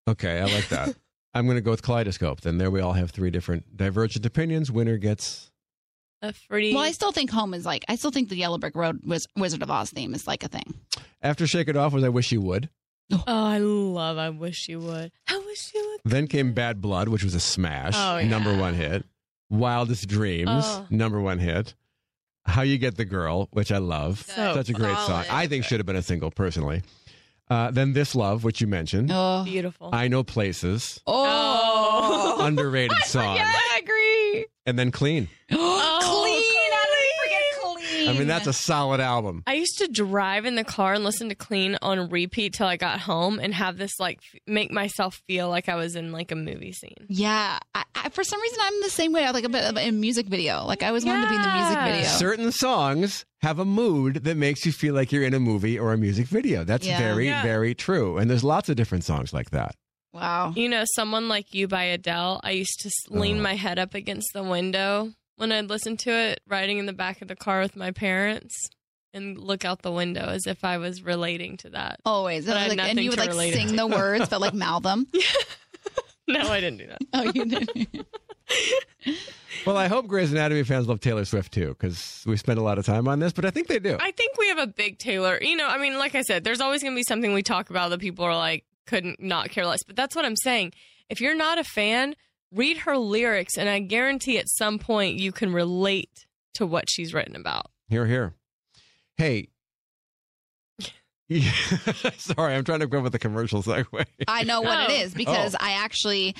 Okay, I like that. I'm going to go with Kaleidoscope. Then there we all have three different divergent opinions. Winner gets.
A free
Well, I still think home is like I still think the Yellow Brick Road was Wizard of Oz theme is like a thing.
After Shake It Off was I Wish You Would.
Oh, I love I wish you would. I wish you would
Then came Bad Blood, which was a smash,
Oh, yeah.
number one hit. Wildest Dreams,
Oh.
number one hit. How You Get the Girl, which I love.
So
Such a great song.
solid.
I think should have been a single, personally. Uh, then This Love, which you mentioned.
Oh,
beautiful.
I
*laughs*
Know Places,
*laughs*
Oh. *gasps*
underrated song.
I agree.
And then Clean.
Oh.
clean, I didn't forget clean.
I mean, that's a solid album.
I used to drive in the car and listen to Clean on repeat till I got home and have this like f- make myself feel like I was in like a movie scene.
yeah. I, I, for some reason, I'm the same way. I like a bit of a music video. Like I always wanted to be in the music
Yeah.
video.
Certain songs have a mood that makes you feel like you're in a movie or a music video. That's
Yeah.
very,
Yeah.
very true. And there's lots of different songs like that.
Wow.
You know, someone like you by Adele. I used to s- lean
Oh.
my head up against the window when I'd listen to it, riding in the back of the car with my parents, and look out the window as if I was relating to that.
Always,
But
and,
I
I
had
was like, and
nothing
you would
to
like
relate it
sing the words, but like
*laughs*
mouth them.
No, I didn't do that.
Oh, you did.
Well, I hope Grey's Anatomy fans love Taylor Swift too, because we spend a lot of time on this, but I think they do.
I think we have a big Taylor. You know, I mean, like I said, there's always going to be something we talk about that people are like, couldn't not care less. But that's what I'm saying. If you're not a fan, read her lyrics, and I guarantee at some point you can relate to what she's written about.
Here, here. Hey. *laughs* Sorry, I'm trying to go with the
*laughs*
commercial segue.
I know what
Oh.
it is because
Oh.
I actually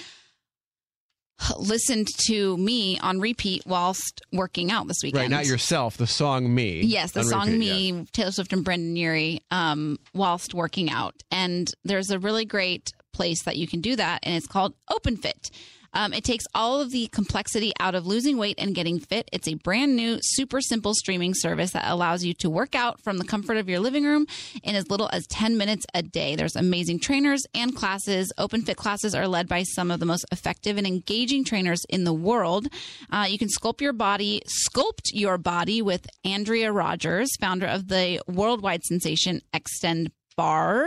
listened to me on repeat whilst working out this weekend.
Right, not yourself, the song Me.
Yes, the
On
song
repeat,
"Me"
yes.
Taylor Swift and Brendan Urie, um, whilst working out, and there's a really great place that you can do that, and it's called OpenFit. Um, it takes all of the complexity out of losing weight and getting fit. It's a brand new, super simple streaming service that allows you to work out from the comfort of your living room in as little as 10 minutes a day. There's amazing trainers and classes. Open Fit classes are led by some of the most effective and engaging trainers in the world. Uh, you can sculpt your body, sculpt your body with Andrea Rogers, founder of the worldwide sensation Extend Bar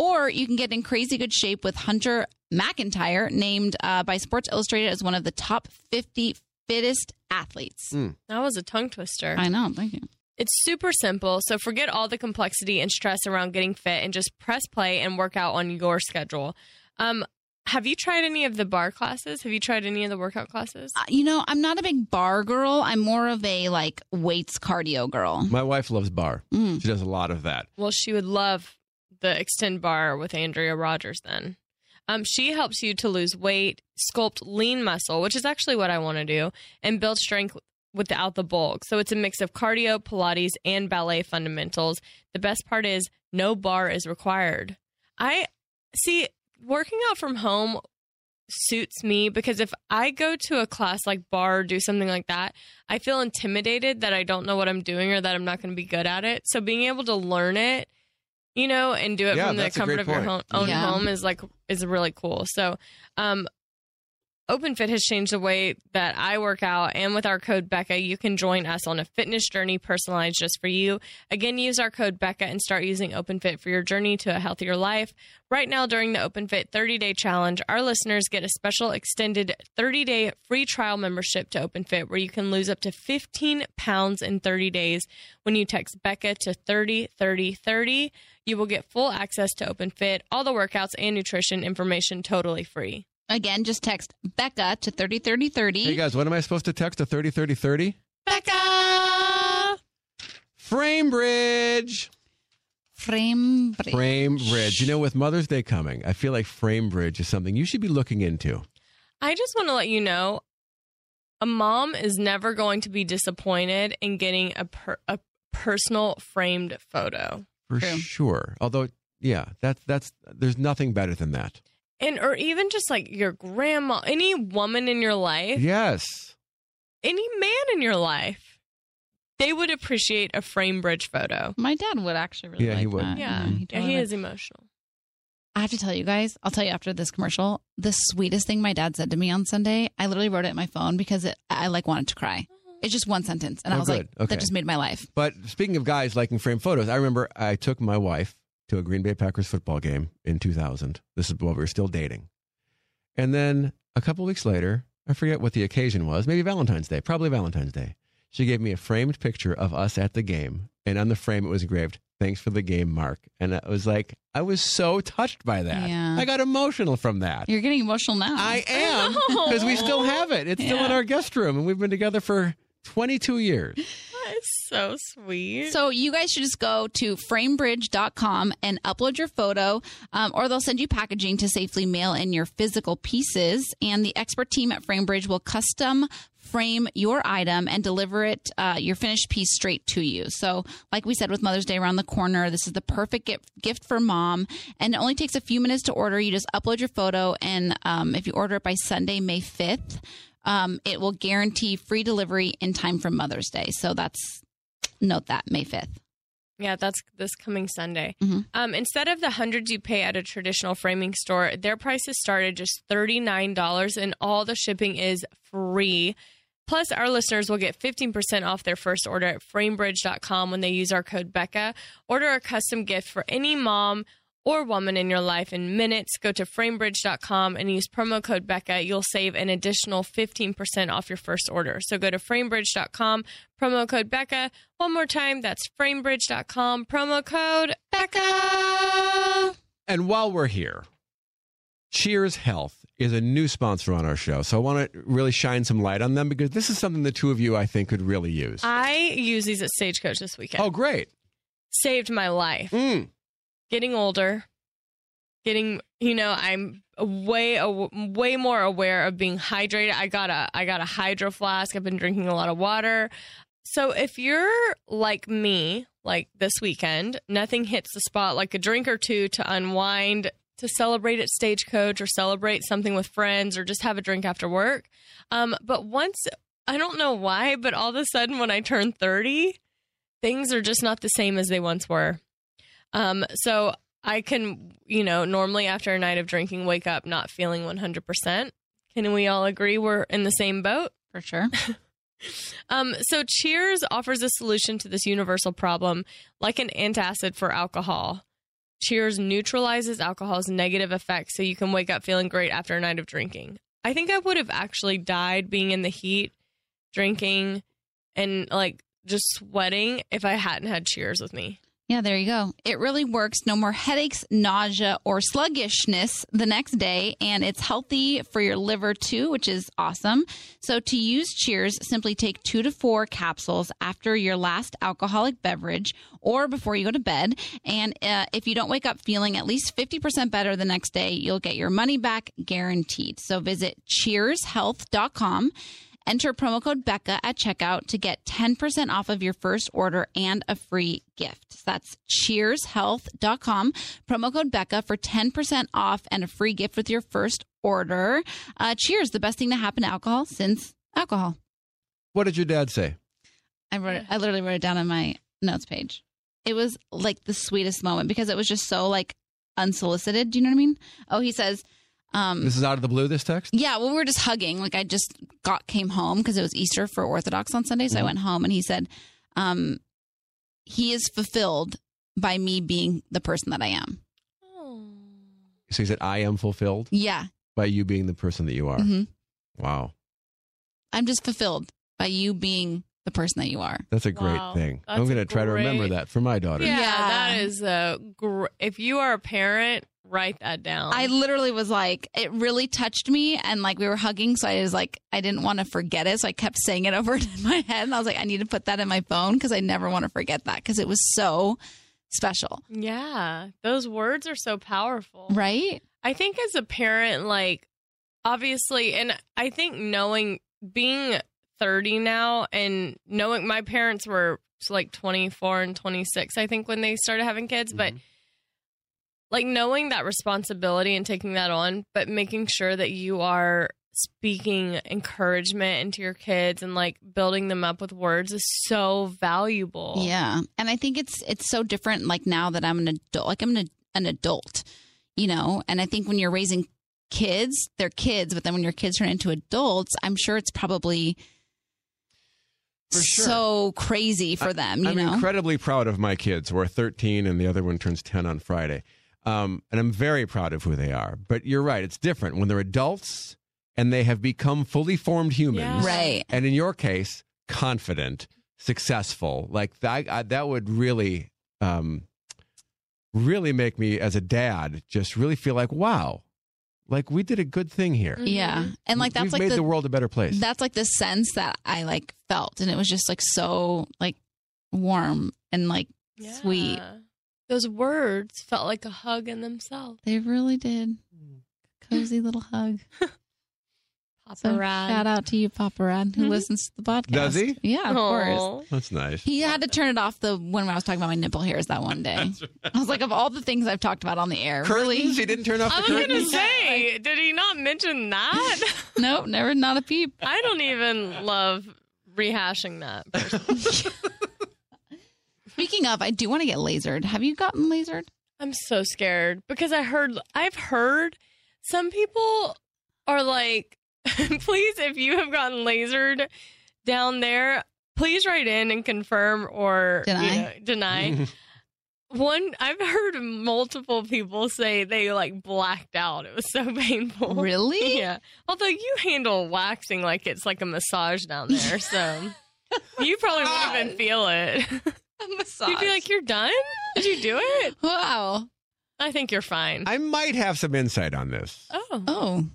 or you can get in crazy good shape with Hunter McIntyre, named uh, by Sports Illustrated as one of the top 50 fittest athletes.
That was a tongue twister.
I know. Thank you.
It's super simple, so forget all the complexity and stress around getting fit and just press play and work out on your schedule. Um, have you tried any of the bar classes? Have you tried any of the workout classes?
Uh, You know, I'm not a big bar girl. I'm more of a like weights cardio girl.
My wife loves bar.
Mm.
She does a lot of that.
Well, she would love the Extend Bar with Andrea Rogers then. Um, she helps you to lose weight, sculpt lean muscle, which is actually what I want to do, and build strength without the bulk. So it's a mix of cardio, Pilates, and ballet fundamentals. The best part is no bar is required. I see working out from home suits me because if I go to a class like bar or do something like that, I feel intimidated that I don't know what I'm doing or that I'm not going to be good at it. So being able to learn it, you know, and do it
Yeah,
from the
that's a great
comfort of your home,
point.
own
Yeah.
home is like is really cool. So, um OpenFit has changed the way that I work out and with our code Becca, you can join us on a fitness journey personalized just for you. Again, use our code Becca and start using OpenFit for your journey to a healthier life. Right now, during the OpenFit 30 day challenge, our listeners get a special extended 30 day free trial membership to OpenFit where you can lose up to 15 pounds in 30 days. When you text Becca to 30 30 30, you will get full access to OpenFit, all the workouts and nutrition information totally free.
Again, just text Becca to 303030.
Hey guys, what am I supposed to text to 30 30 30?
Becca!
Framebridge.
Frame break.
Framebridge. You know, with Mother's Day coming, I feel like Framebridge is something you should be looking into.
I just want to let you know a mom is never going to be disappointed in getting a, per- a personal framed photo.
For
True.
sure. Although, yeah, that's that's there's nothing better than that.
And, or even just like your grandma, any woman in your life,
Yes.
any man in your life, they would appreciate a frame bridge photo.
My dad would actually really
Yeah,
like
he would.
that.
Yeah.
he,
Yeah,
totally
he
would.
is emotional.
I have to tell you guys, I'll tell you after this commercial, the sweetest thing my dad said to me on Sunday, I literally wrote it in my phone because it, I like wanted to cry. It's just one sentence. And I
Oh,
was like,
good. Okay.
that just made my life.
But speaking of guys liking frame photos, I remember I took my wife to a Green Bay Packers football game in 2000. This is while we were still dating. And then a couple weeks later, I forget what the occasion was, maybe Valentine's Day, probably Valentine's Day. She gave me a framed picture of us at the game, and on the frame it was engraved, "Thanks for the game, Mark." And I was like, I was so touched by that.
Yeah.
I got emotional from that.
You're getting emotional now.
I am because we still have it. It's still in
Yeah.
our guest room, and we've been together for 22 years.
That is so sweet.
so you guys should just go to framebridge.com and upload your photo, um, or they'll send you packaging to safely mail in your physical pieces. And the expert team at Framebridge will custom frame your item and deliver it, uh, your finished piece straight to you. So, like we said, with Mother's Day around the corner, this is the perfect gift, gift for mom. And it only takes a few minutes to order. You just upload your photo, and um, if you order it by Sunday, May 5th, um, it will guarantee free delivery in time for Mother's Day. So that's note that May 5th.
Yeah, that's this coming Sunday.
Mhm.
Um, instead of the hundreds you pay at a traditional framing store, their prices start at just $39 and all the shipping is free. Plus, our listeners will get 15% off their first order at framebridge.com when they use our code Becca. Order a custom gift for any mom or woman in your life in minutes. Go to framebridge.com and use promo code Becca. You'll save an additional 15% off your first order. So go to framebridge.com, promo code Becca. One more time, that's framebridge.com, promo code Becca.
And while we're here, Cheers Health is a new sponsor on our show. So I want to really shine some light on them because this is something the two of you, I think, could really use.
I use these at Stagecoach this weekend.
Oh, great.
Saved my life.
Mm.
Getting older, getting, you know, I'm way aw- way more aware of being hydrated. I got a I got a hydro flask. I've been drinking a lot of water. So if you're like me, like this weekend, nothing hits the spot like a drink or two to unwind, to celebrate at Stagecoach or celebrate something with friends or just have a drink after work. Um, but once, I don't know why, but all of a sudden when I turned 30, things are just not the same as they once were. Um, so I can, you know, normally after a night of drinking, wake up not feeling 100%. Can we all agree we're in the same boat?
for sure.
Um, so, Cheers offers a solution to this universal problem, like an antacid for alcohol. Cheers neutralizes alcohol's negative effects, so you can wake up feeling great after a night of drinking. I think I would have actually died being in the heat, drinking, and like just sweating if I hadn't had Cheers with me.
Yeah, there you go. It really works. No more headaches, nausea, or sluggishness the next day. And it's healthy for your liver too, which is awesome. So to use Cheers, simply take two to four capsules after your last alcoholic beverage or before you go to bed. And uh, if you don't wake up feeling at least 50% better the next day, you'll get your money back guaranteed. So visit cheershealth.com. Enter promo code Becca at checkout to get 10% off of your first order and a free gift. So that's cheershealth.com, promo code Becca for 10% off and a free gift with your first order. Uh, cheers, the best thing to happen to alcohol since alcohol.
What did your dad say?
I wrote it, I literally wrote it down on my notes page. It was like the sweetest moment because it was just so like unsolicited. Do you know what I mean? Oh, he says, um,
This is out of the blue, this text?
yeah, well, we were just hugging. Like I just got came home because it was Easter for Orthodox on Sunday, so I went home, and he said, um, "He is fulfilled by me being the person that I am."
Oh.
So he said, I am fulfilled
Yeah,
by you being the person that you are.
Mm-hmm.
hmm
Wow.
I'm just fulfilled by you being the person that you are.
That's a great
Wow.
thing.
That's
I'm going to try to remember
great.
that for my
Yeah,
daughter.
Yeah.
that is a gr- if you are a parent, write that down.
I literally was like, it really touched me, and like we were hugging, so I was like, I didn't want to forget it, so I kept saying it *laughs* over in my head, and I was like, I need to put that in my phone because I never want to forget that because it was so special,
yeah, those words are so powerful.
right?
I think as a parent, like obviously, and I think knowing being 30 now and knowing my parents were like 24 and 26, I think, when they started having kids, but like knowing that responsibility and taking that on, but making sure that you are speaking encouragement into your kids and like building them up with words is so valuable.
Yeah, and I think it's it's so different. Like now that I'm an adult, like I'm an, an adult, you know. And I think when you're raising kids, they're kids, but then when your kids turn into adults, I'm sure it's probably
For sure.
so crazy for them, you
I'm
know.
incredibly proud of my kids, who are 13 and the other one turns 10 on Friday. Um, and I'm very proud of who they are. But you're right, it's different when they're adults and they have become fully formed humans.
Yeah.
right?
And in your case, confident, successful. Like that, I, that would really, um, really make me as a dad just really feel like, wow, like we did a good thing here.
Mhm.
Yeah, and like that's
We've
like
made
the,
the, world a better place.
that's like the sense that I like felt, and it was just like so like warm and like sweet.
Yeah. Those words felt like a hug in themselves.
They really did cozy little hug. So
Paparazzi.
shout out to you, Papa Rod, who
Mhm.
listens to the podcast.
Does he?
Yeah, of course.
Aw.
That's nice.
He had to turn it off the one when I was talking about my nipple hairs that one day. I was like, of all the things I've talked about on the air,
Curtains? He
really?
didn't turn off
I
the
was gonna
*laughs*
curtains.
say, did he not mention that?
Nope, never, not a peep.
I don't even love rehashing that.
Speaking of, I do want to get lasered. Have you gotten lasered?
I'm so scared because I heard I've heard some people are like, *laughs* please, if you have gotten lasered down there, please write in and confirm or you
Deny.
know, deny.
*laughs*
One, I've heard multiple people say they like blacked out. It was so painful.
Really?
Oh, Yeah. Although you handle waxing like it's like a massage down there,
*laughs*
so you probably wouldn't even feel it.
*laughs*
*laughs*
A massage.
You'd be like, "You're done? Did you do it?"
wow.
I think you're fine.
I might have some insight on
*laughs*
this.
oh.
Oh,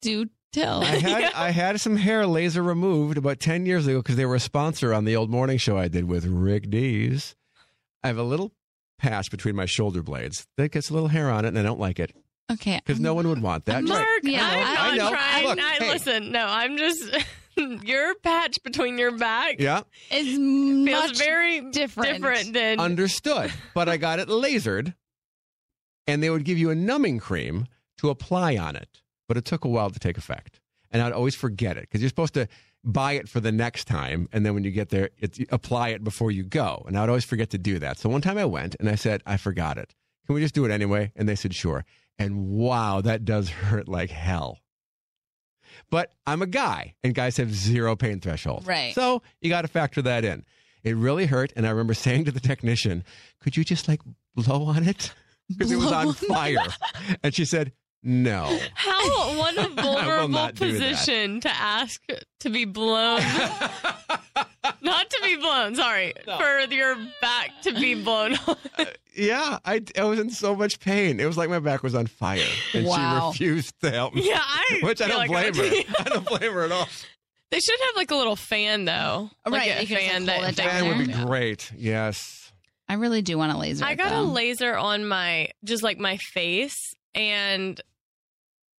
do tell.
*laughs* I had
Yeah.
I had some hair laser removed about ten years ago because they were a sponsor on the old morning show I did with Rick Dees. I have a little patch between my shoulder blades that gets a little hair on it, and I don't like it
Okay.
because no one would want that.
Mark,
Yeah,
I'm not
I
know.
trying.
Look,
I,
hey.
Listen, no, I'm just *laughs* your patch between your back
Yeah,
It's
feels
much
very
different.
different than
understood. But I got it lasered and they would give you a numbing cream to apply on it, but it took a while to take effect. And I'd always forget it because you're supposed to buy it for the next time, and then when you get there, it's, you apply it before you go. And I'd always forget to do that. So one time I went and I said, I forgot it. Can we just do it anyway? And they said, sure. And wow, that does *laughs* hurt like hell. But I'm a guy, and guys have zero pain threshold.
Right.
So you got to factor that in. It really hurt, and I remember *laughs* saying to the technician, "Could you just like blow on it?" *laughs* because it was
Blow
on
on *laughs*
fire. and she said, No. *laughs*
How what a vulnerable
not do that.
position to ask to be
*laughs*
blown. Not to be blown, sorry. For your back to be
*laughs*
blown.
yeah, I, I was in so much pain. It was like my back was on fire. And
Wow.
she refused to help
*laughs*
me.
yeah, I
*laughs* Which I
feel
don't
like
blame
would
her.
be- *laughs*
I don't blame her at all.
They should have like a little fan though. Like
Right,
a
you could just,
fan
like,
that
hold it
they
down
That would be
Yeah.
great. Yes.
I really do want a laser.
I got a
though.
laser on my just like my face and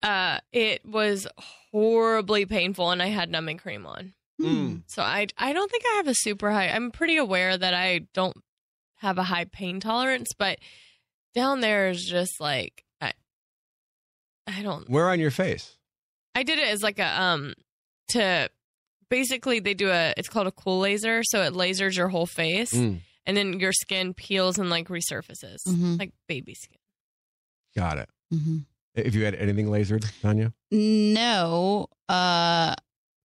uh it was horribly painful and I had numbing cream on.
Hmm.
Mm.
So I I don't think I have a super high. I'm pretty aware that I don't have a high pain tolerance, but down there is just like I I don't
Where on your face?
I did it as like a um to basically they do a it's called a cool laser, so it lasers your whole face
Mm.
and then your skin peels and like resurfaces.
Mhm.
Like baby skin.
Got it.
Mhm.
If you had anything lasered, Tanya?
No, uh,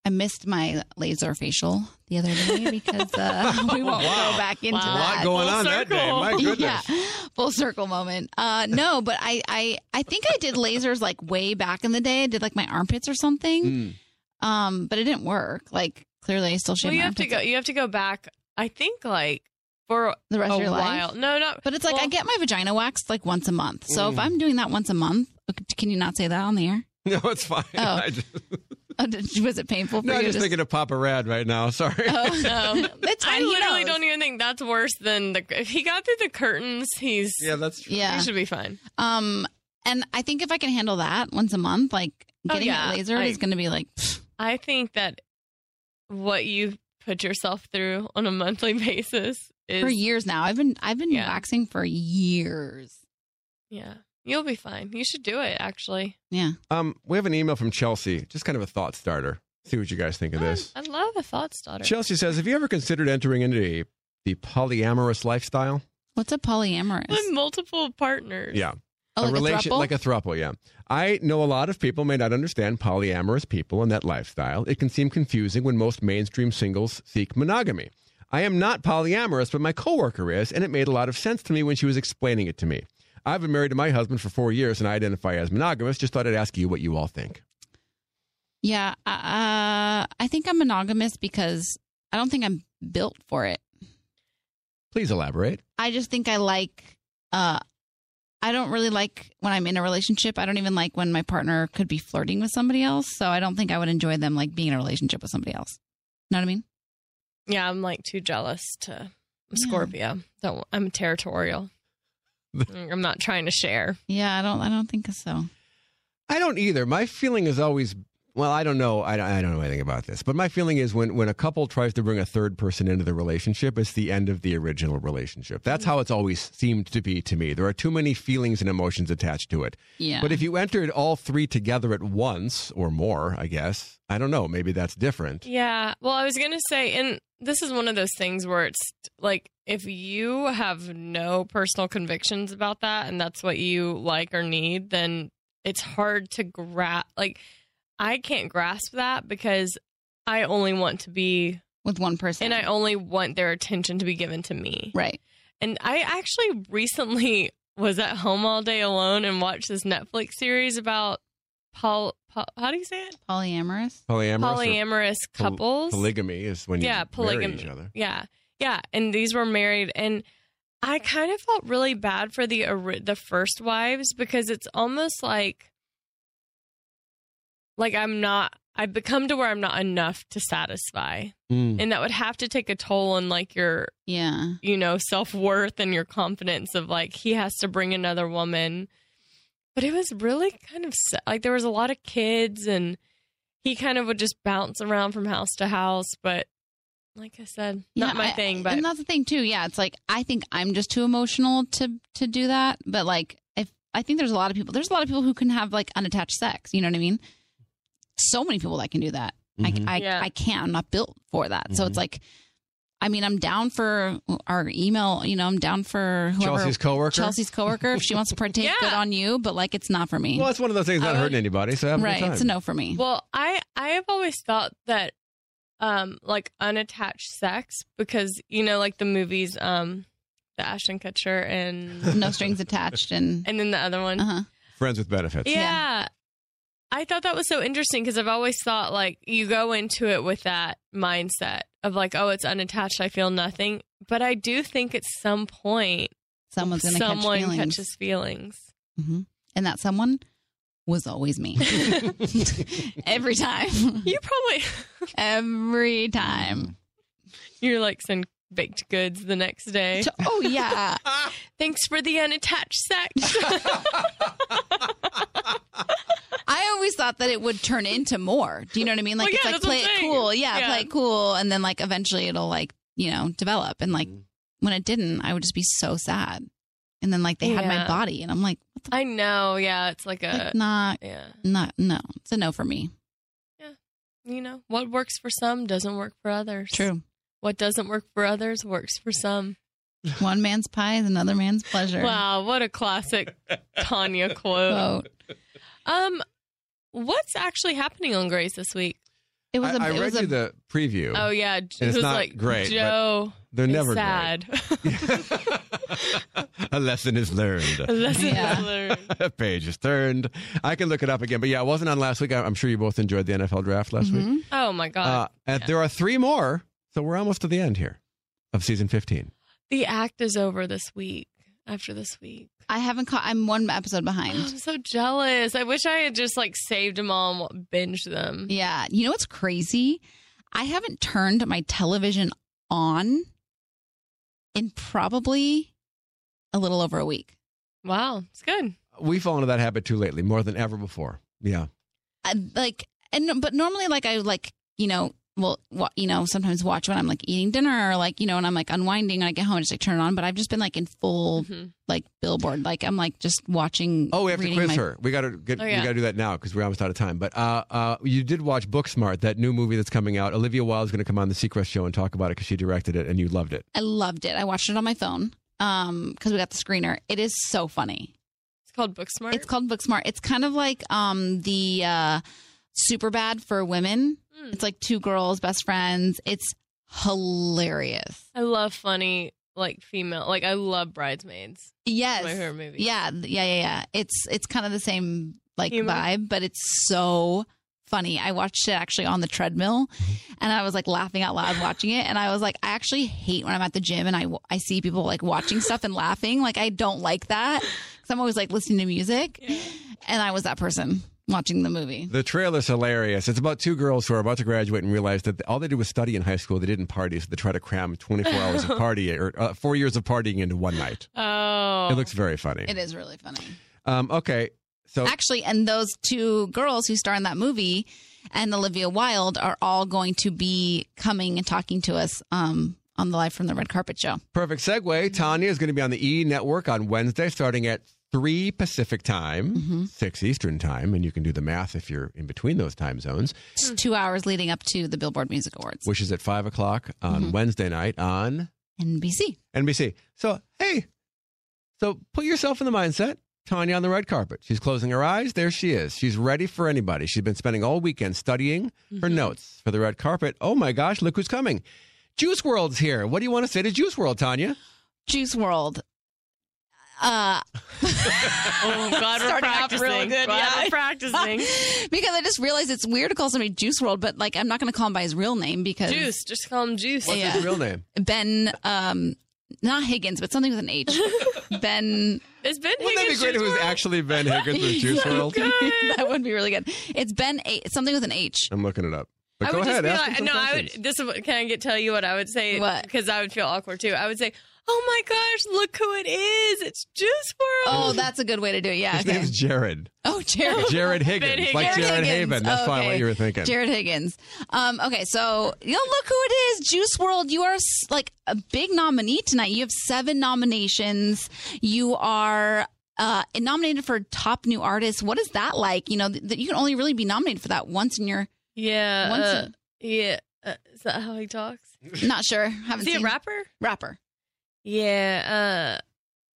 I missed my laser facial the other day because uh, *laughs* we won't
Wow.
go back into
Wow.
a lot
that.
going
Full
on that day.
circle.
My goodness.
Uh, *laughs* Yeah, full circle moment. Uh, no, but I, I, I think I did lasers like way back in the day. I did like my armpits or something.
Mm.
Um, but it didn't work. Like clearly, I still shave
Well,
my
you have to
armpits
go you have to go back I think like for
the rest
a
of your
while.
life.
No, not
But it's like I
well-
get my vagina waxed like once a month. So if
Mm.
I'm doing that once a month, can you not say that on the air?
*laughs*
*laughs*
No, it's fine.
Oh.
I just,
Oh, did- was it painful for
no,
you?
I'm just
to-
thinking of Papa Rad right now. *laughs* Sorry.
Oh, *laughs*
No.
That's
I
fine. He
literally
knows.
don't even think that's worse than the if he got through the curtains, he's
yeah, that's true.
he
Yeah.
should be fine.
Um, and I think if I can handle that once a month, like
Oh,
getting
yeah.
it lasered
I-
is going to be like, pfft,
I think that what you put yourself through on a monthly *laughs* basis is
for years now. I've been I've been
Yeah.
waxing for years.
Yeah. You'll be fine. You should do it actually.
Yeah.
Um, we have an email from Chelsea, just kind of a thought starter. See what you guys think of this.
I love a thought starter.
Chelsea says, "Have you ever considered entering into the, the polyamorous lifestyle?
What's a polyamorous?
With multiple partners.
Yeah,
oh, like a, throuple?
like a throuple. Yeah, I know a lot of people may not understand polyamorous people and that lifestyle. It can seem confusing when most mainstream singles seek monogamy. I am not polyamorous, but my coworker is, and it made a lot of sense to me when she was explaining it to me. I've been married to my husband for four years, and I identify as monogamous. Just thought I'd ask you what you all think.
yeah. Uh, I think I'm monogamous because I don't think I'm built for it.
Please elaborate.
I just think I like. Uh, I don't really like when I'm in a relationship. I don't even like when my partner could be flirting with somebody else. So I don't think I would enjoy them like being in a relationship with somebody else. Know what I mean?
Yeah, I'm like too jealous to I'm
Yeah.
Scorpio. Don't I'm
*laughs*
territorial. I'm not trying to share.
Yeah, I don't. I don't think so.
I don't either. My feeling is always well, I don't know. I don't, I don't know anything about this, but my feeling is when when a couple tries to bring a third person into the relationship, it's the end of the original relationship. That's
Mm-hmm.
how it's always seemed to be to me. There are too many feelings and emotions attached to it.
Yeah.
But if you entered all three together at once or more, I guess I don't know. Maybe that's different.
Yeah. Well, I was going to say, and this is one of those things where it's like if you have no personal convictions about that and that's what you like or need, then it's hard to grasp. Like, I can't grasp that because I only want to be,
with one person,
and I only want their attention to be given to me.
right.
And I actually recently *laughs* was at home all day alone and watched this Netflix series about Paul. how do you say it?
Polyamorous.
Polyamorous, or
Polyamorous
pol-
couples.
polygamy is when you
Yeah,
marry
polygamy.
each other.
Yeah, yeah, and these were married, and I kind of felt really bad for the ori- the first wives because it's almost like like I'm not. I've become to where I'm not enough to satisfy,
Mm.
and that would have to take a toll on like your
Yeah.
you know self worth and your confidence of like he has to bring another woman. But it was really kind of sa- like there was a lot of kids, and he kind of would just bounce around from house to house. But like I said, not
Yeah,
my
I-
thing. But
and that's the thing too. Yeah, it's like I think I'm just too emotional to to do that. But like if I think there's a lot of people. There's a lot of people who can have like unattached sex. You know what I mean? So many people that can do that.
Mhm.
I I,
Yeah.
I can't. I'm not built for that. So it's
Mm-hmm.
like, I mean, I'm down for our email. You know, I'm down for whoever
Chelsea's coworker.
Chelsea's coworker. if she wants to
*laughs*
partake,
Yeah.
good on you. But like, it's not for me.
Well, it's one of those things not
I would-
hurting anybody. So have a good
right?
time.
It's a no for me.
Well, I I have always thought that um like unattached sex because you know like the movies um the Ashton Kutcher
*laughs*
and
no strings attached,
*laughs*
and
and then the other one.
uh huh.
*laughs* Friends with benefits.
Yeah.
Yeah.
I thought that was so interesting because I've always thought like you go into it with that mindset of like oh it's unattached I feel nothing but I do think at some point
Someone's gonna
someone
catch feelings,
catches feelings.
hmm and that someone was
*laughs*
always me. Every time.
You probably *laughs*
Every time.
you're like some baked goods the next day.
To- oh yeah.
Thanks for the unattached
*laughs*
sex.
I always thought that it would turn into more. Do you know what I mean?
Well,
Like
yeah,
it's like
that's what
play
I'm
it
saying.
cool. Yeah,
Yeah.
play it cool and then like eventually it'll like, you know, develop and like
Mm-hmm.
when it didn't, I would just be so sad. And then like they had my
Yeah. Uh,
body and I'm like, what the
I know, yeah, it's like
fuck?
a
Not
yeah.
not no. It's a no for me.
You know, what works for some doesn't work for others.
True.
What doesn't work for others works for some.
One man's pie is another man's pleasure.
Wow, what a classic Tanya quote.
Quote.
Um what's actually happening on Grace this week?
It was a
I, I
it
read
was a
you the preview.
Oh yeah, it was
not
like
great, but
Joe
They're
is
never *laughs*
sad. *laughs*
great. *laughs* a lesson is learned.
Lesson
Yeah.
learned.
A page is turned. I can look it up again. But yeah, it wasn't on last week. I- I'm sure you both enjoyed the NFL draft last week.
Mhm.
Oh my god.
Uh, and There are three more. So we're almost to the end here of season 15.
the act is over this week. After this
*gasps*
week.
I haven't caught. I'm one episode behind.
I'm so jealous. I wish I had just like saved them all and binged them.
yeah, you know what's crazy? I haven't turned my television on in probably a little over a week.
Wow, it's good.
We've fallen into that habit too lately, more than ever before. Yeah.
I, like, and but normally, like I like you know, well, wa- you know, sometimes watch when I'm like eating dinner or like you know, and I'm like unwinding and I get home and just like turn it on. But I've just been like in full
Mhm.
like billboard. Like I'm like just watching.
Mm-hmm. Oh, we have to
reading
quiz
my-
her. We got to get.
Oh, yeah.
We got to do that now because we're almost out of time. But uh, uh, you did watch Booksmart, that new movie that's coming out. Olivia Wilde's going to come on the Seacrest show and talk about it because she directed it and you loved it.
I loved it. I watched it on my phone um because we got the screener. It is so funny.
It's called Booksmart.
It's called Booksmart. It's kind of like um the uh super bad for women.
Mm.
It's like two girls best friends. It's hilarious.
I love funny like female. Like I love Bridesmaids.
Yes.
My favorite movie.
Yeah, th- yeah, yeah, yeah. It's it's kind of the same like
Humor.
vibe, but it's so funny. I watched it actually on the treadmill and I was like laughing out loud watching it and I was like I actually hate when I'm at the gym and I w- I see people like watching stuff and laughing. Like I don't like that cuz I'm always like listening to music. And I was that person watching the movie.
The trailer's hilarious. It's about two girls who are about to graduate and realize that all they did was study in high school. They didn't party, so they try to cram 24 hours of party or uh, four years of partying into one night.
Oh.
It looks very funny.
It is really funny.
Um, okay, so
Actually, and those two girls who star in that movie and Olivia Wilde are all going to be coming and talking to us um, on the Live from the Red Carpet show.
perfect segue. Tanya is going to be on the E Network on Wednesday, starting at three Pacific time, six Eastern time, and you can do the math if you're in between those time zones.
It's two hours leading up to the Billboard Music Awards.
which is at five o'clock on Wednesday night on
NBC.
NBC. So hey, so put yourself in the mindset. Tanya on the red carpet. She's closing her eyes. There she is. She's ready for anybody. She's been spending all weekend studying
Mm-hmm.
her notes for the red carpet. Oh my gosh, look who's coming. Juice World's here. What do you want to say to Juice World, Tanya?
Juice World. Uh,
oh, glad we're
Starting off
practicing.
real good,
Glad
yeah.
we're practicing.
because I just realized it's weird to call somebody Juice World, but like I'm not going to call him by his real name
*laughs*
because
Juice. Just call him Juice.
What's
Yeah.
his
*laughs*
real name?
Ben, um, not Higgins, but something with an H. ben.
It's been
Wouldn't that be
Higgins
great if it was
Juice
actually Ben
*laughs*
Higgins with Juice World?
*laughs* that would be really good. It's Ben A- something with an H.
I'm looking it up. But
I
go
would
ahead.
just
ask
be
him
like,
some
no, I
questions.
would. This is what, can I get, tell you what I would say?
What?
Because I would feel awkward too. I would say, "Oh my gosh, look who it is! It's Juice World."
Oh, that's a good way to do it. Yeah.
His
okay.
*laughs*
name's Jared.
*laughs* Oh, Jared.
Jared Higgins,
Higgins.
like
Jared
Jared
Higgins.
Haven. That's
Oh,
probably what
okay.
you were thinking.
Jared Higgins. Um, okay, so you know, look who it is, Juice World. You are s- like a big nominee tonight. You have seven nominations. You are uh, and nominated for top new artist. What is that like? You know, th- that you can only really be nominated for that once in your.
Yeah.
Once
uh, yeah. Uh, is that how he talks?
Not sure. Haven't
Is he a
seen
rapper?
rapper. *laughs*
Yeah.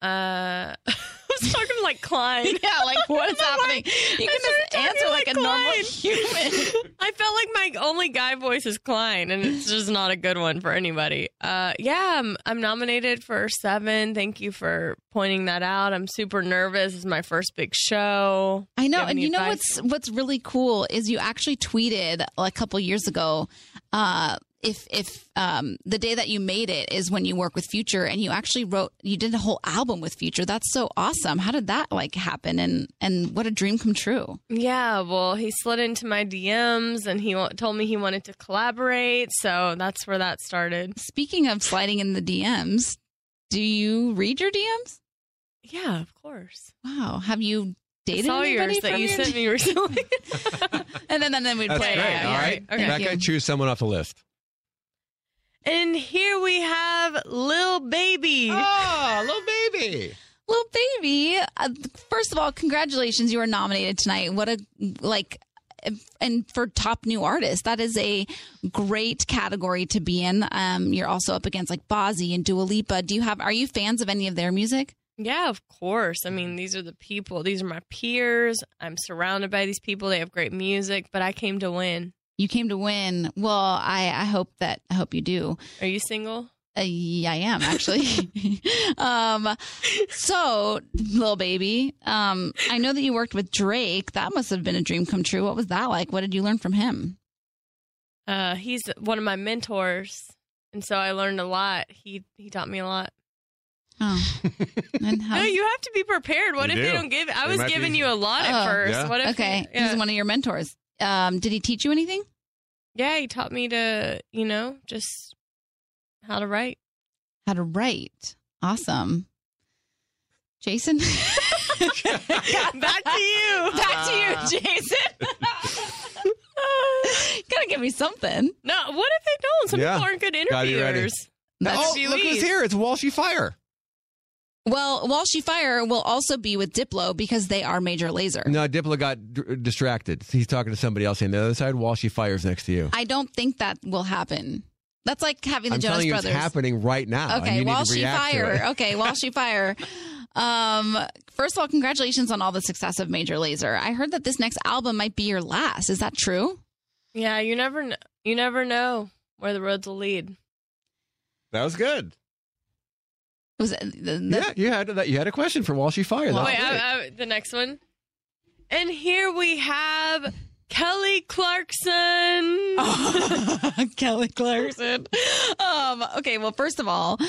Uh, uh, *laughs* I was talking like Klein.
Yeah, like
*laughs*
what is happening?
I
You can
started
just
talking
answer like,
like
a normal
Klein.
*laughs* human.
I felt like my only guy voice is Klein, and it's just not a good one for anybody. Uh, yeah, I'm, I'm nominated for seven. Thank you for pointing that out. I'm super nervous. It's my first big show.
I know,
Give
and
me
you know
advice.
what's what's really cool is you actually tweeted a couple years ago. Uh, if if um, the day that you made it is when you work with Future, and you actually wrote, you did a whole album with Future. That's so awesome. How did that like happen? And and what a dream come true.
Yeah, well, he slid into my DMs and he wa- told me he wanted to collaborate. So that's where that started.
Speaking of sliding in the DMs, do you read your DMs?
Yeah, of course.
Wow, have you
It's
dated
all
anybody
yours that
from
you
your-
sent me recently.
*laughs* And then and then we'd
That's
play.
great.
it.
yeah,
All
yeah.
right.
Okay.
Becca,
Thank you.
choose someone off the list.
*laughs* and here we have Lil Baby.
Oh,
*laughs*
little baby.
Well, baby, uh, first of all, congratulations! You were nominated tonight. What a like, and for top new artist, that is a great category to be in. Um, you're also up against like Bozzy and Dua Lipa. Do you have? Are you fans of any of their music?
Yeah, of course. I
Mm-hmm.
mean, these are the people, these are my peers. I'm surrounded by these people. They have great music, but I came to win.
You came to win. Well, I I hope that I hope you do.
Are you single?
Uh, yeah, I am actually. *laughs* um, so little baby, um, I know that you worked with Drake. That must have been a dream come true. What was that like? What did you learn from him?
Uh, he's one of my mentors. And so I learned a lot. He he taught me a lot.
Oh, and
*laughs*
how?
No, you have to be prepared. What if
You do.
they don't give? I
They
was
might be-
giving you a lot at
Oh.
first.
Yeah.
What if?
okay,
Yeah.
he's one of your mentors. Um, did he teach you anything?
yeah, he taught me to, you know, just how to
*laughs*
write.
How to write? Awesome, Jason. *laughs*
Back to you.
Back to you, *laughs* Jason. Gotta give me something.
No, what if they don't? Some
Yeah.
people aren't good
Gotta be ready.
interviewers.
oh,
That's
look who's
Louise.
here. It's Walshy Fire.
Well, Walshy Fire will also be with Diplo because they are Major Laser.
No, Diplo got d- distracted. He's talking to somebody else on the other side. Walshy Fire's next to you.
I don't think that will happen. That's like having the
I'm
Jonas
telling you,
Brothers.
it's happening right now. Oh, and
Okay,
you need
while
to
she
react to it.
fire. Oh. Okay, while
*laughs*
she fire. Um, first of all, congratulations on all the success of Major Laser. I heard that this next album might be your last. Is that true?
Yeah, you never know. You never know where the roads will lead.
That was good.
Was it the, the-
Yeah, you had that. You had a question for Walshy Fire. That
Oh,
was
wait,
great.
I, I, the next one. And here we have Kelly Clarkson.
Oh. *laughs* Kelly Clarkson. Um, okay, well, first of all,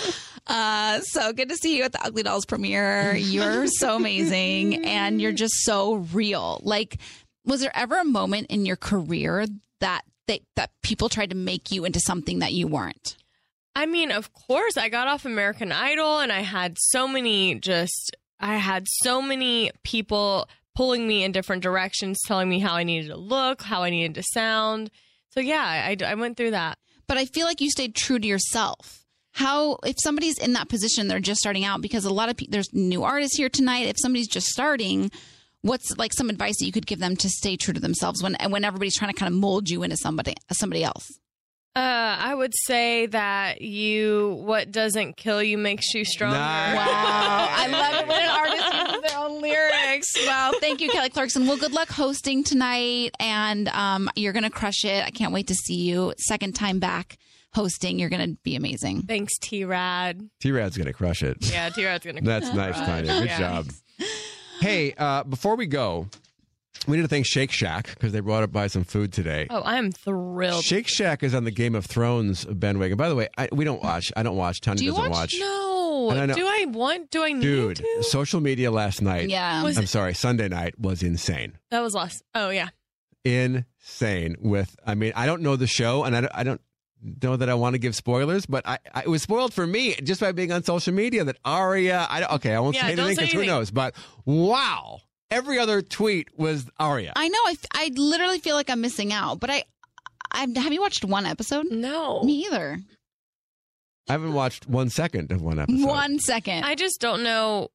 uh, so good to see you at the Ugly Dolls premiere. You're
*laughs*
so amazing and you're just so real. Like, was there ever a moment in your career that they, that people tried to make you into something that you weren't?
I mean, of course, I got off American Idol and I had so many just, I had so many people pulling me in different directions, telling me how I needed to look, how I needed to sound. So, yeah, I, I went through that.
But I feel like you stayed true to yourself. How if somebody's in that position, they're just starting out because a lot of pe- there's new artists here tonight. If somebody's just starting, what's like some advice that you could give them to stay true to themselves when when everybody's trying to kind of mold you into somebody somebody else?
Uh, I would say that you, what doesn't kill you makes you stronger.
Nice.
Wow, I love it when an artist uses their own lyrics. Wow, thank you, Kelly Clarkson. Well, good luck hosting tonight, and um, you're gonna crush it. I can't wait to see you second time back hosting. You're gonna be amazing.
Thanks, T Rad.
T-Rad's gonna crush it.
Yeah, T Rad's going to
*laughs*
That's nice, Tanya. Good
Yeah.
job. Hey, uh, before we go, we need to thank Shake Shack because they brought up by some food today.
Oh, I'm thrilled.
Shake Shack is on the Game of Thrones bandwagon. By the way, I, we don't watch. I don't watch. Tanya
Do you
doesn't
watch?
watch.
No.
And I know-
do I want, do I need
Dude,
to?
social media last night.
Yeah.
Was
I'm sorry, Sunday night was insane.
that was last. Oh, yeah.
Insane. With I mean, I don't know the show, and I don't, I don't know that I want to give spoilers, but I, I it was spoiled for me just by being on social media that Aria. I don't, okay, I won't
Yeah,
say
don't
anything
say
because who
anything.
knows? But wow, every other tweet was Aria.
I know. I, f- I literally feel like I'm missing out, but I, I have you watched one episode?
No.
Me either.
I haven't watched one second of one episode.
One second.
I just don't know.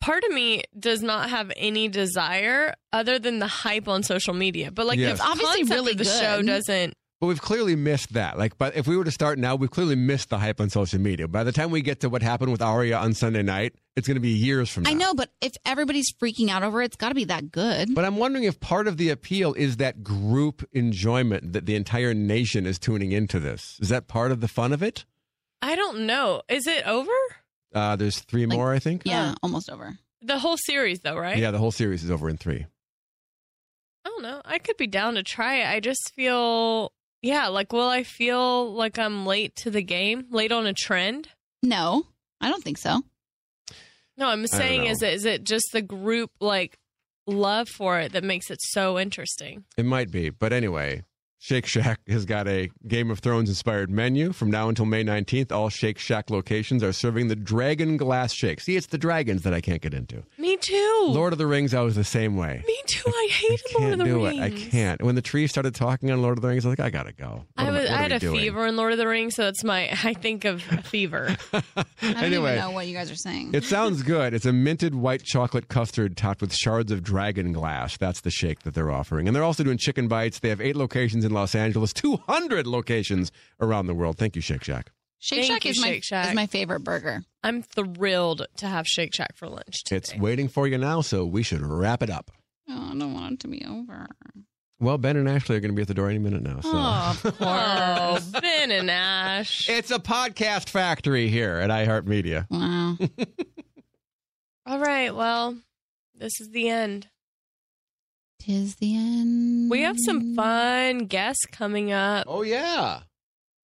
part of me does not have any desire other than the hype on social media. But like,
Yes.
the
It's
obviously
concept
really
of the
good.
show doesn't.
But we've clearly missed that. Like, but if we were to start now, we've clearly missed the hype on social media. By the time we get to what happened with Aria on Sunday night, it's going to be years from now.
I know, but if everybody's freaking out over it, it's got to be that good.
But I'm wondering if part of the appeal is that group enjoyment that the entire nation is tuning into this. Is that part of the fun of it?
I don't know. Is it over?
Uh, there's three
Like-
more, I think.
yeah, almost over.
The whole series, though, right?
Yeah, the whole series is over in three.
I don't know. I could be down to try it. I just feel, yeah, like will I feel like I'm late to the game, late on a trend?
No, I don't think so.
No, I'm
don't
saying
know.
is it is it just the group like love for it that makes it so interesting?
It might be. But anyway, Shake Shack has got a Game of Thrones inspired menu. From now until May 19th, all Shake Shack locations are serving the Dragon Glass Shake. See, it's the dragons that I can't get into.
Me too.
Lord of the Rings, I was the same way.
Me too. I
I
hate Lord
can't
of the
do
Rings.
it. I can't. When the tree started talking on Lord of the Rings, I was like, I gotta go. What
I
am
was.
what
I
are
had
we
a
doing?
fever in Lord of the Rings, so that's my. I think of fever.
I don't
anyway,
even know what you guys are saying.
It sounds good. It's a minted white chocolate custard topped with shards of dragon glass. That's the shake that they're offering. And they're also doing chicken bites. They have eight locations in Los Angeles, 200 locations around the world. Thank you, Shake Shack.
Shake
Thank
Shack
you,
is my
Shake Shack.
is my favorite burger.
I'm thrilled to have Shake Shack for lunch today.
It's waiting for you now, so we should wrap it up.
Oh, I don't want it to be over.
Well, Ben and Ashley are going to be at the door any minute now. So.
Oh,
*laughs*
of
oh,
course.
Ben and Ash.
It's a podcast factory here at iHeartMedia.
wow.
All right. Well, this is the end.
Tis the end.
We have some fun guests coming up.
Oh, yeah.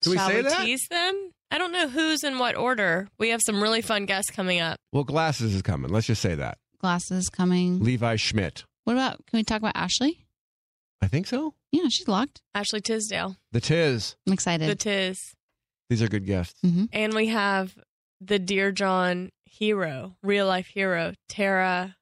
Can
Shall
we say that?
tease them? I don't know who's in what order. We have some really fun guests coming up.
Well, Glasses is coming. Let's just say that.
Glasses
Mm-hmm.
coming.
Levi Schmidt.
What about? Can we talk about Ashley?
I think so.
Yeah, she's locked.
Ashley Tisdale,
The Tiz.
I'm
the
excited.
Tiz,
These are good guests.
hmm
and we have the Dear John hero, real life hero, Tara.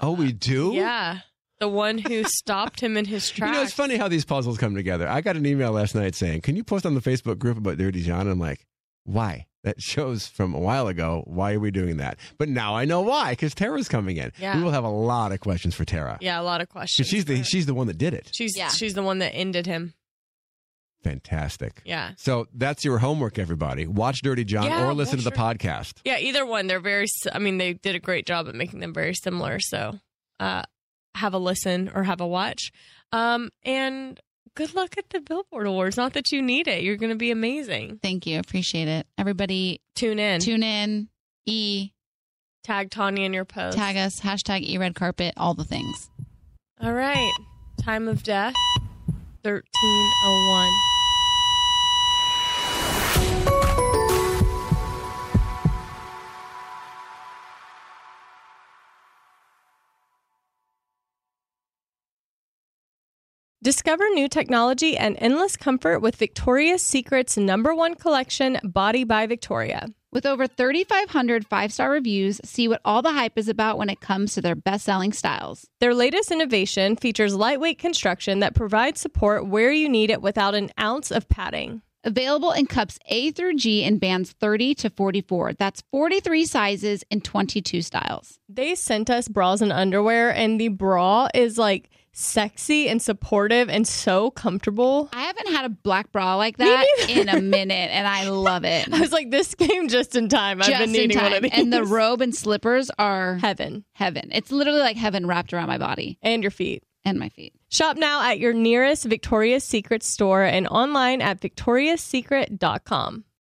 Oh, we do?
Yeah, the one
*laughs*
who stopped him in his tracks.
You know, it's funny how these puzzles come together. I got an email last night saying, "Can you post on the Facebook group about Dirty John?" I'm like, "Why?" That shows from a while ago. Why are we doing that? But now I know why, because Tara's coming in.
Yeah.
We will have a lot of questions for Tara.
Yeah, a lot of
'Cause
questions.
She's the she's the one that did it.
she's
Yeah.
she's the one that ended him.
Fantastic.
Yeah,
So that's your homework, everybody. Watch Dirty John
Yeah,
or listen to the
watch
podcast.
yeah. Either one, they're very. s- I mean, they did a great job at making them very similar. So, uh, have a listen or have a watch. Um, and good luck at the Billboard Awards. Not that you need it. You're going to be amazing.
Thank you. Appreciate it. Everybody,
Tune in.
tune in. E
Tag Tanya in your post.
tag us. Hashtag E red carpet. All the things.
All right. Time of death. Thirteen oh one. Discover new technology and endless comfort with Victoria's Secret's number one collection, Body by Victoria.
With over 3,500 five star reviews, see what all the hype is about when it comes to their best selling styles.
Their latest innovation features lightweight construction that provides support where you need it without an ounce of padding.
Available in cups A through G in bands 30 to 44. That's 43 sizes and 22 styles.
They sent us bras and underwear, and the bra is like sexy and supportive and so comfortable. *laughs*
I haven't had a black bra like
Me
that
neither.
in a minute, and I love *laughs* it.
I was like, this came just in time. I've
Just
been needing
in time.
one of these.
And the robe and slippers are
heaven
heaven. It's literally like heaven wrapped around my body
and your feet.
and my feet.
Shop now at your nearest Victoria's Secret store and online at victoriassecret.com.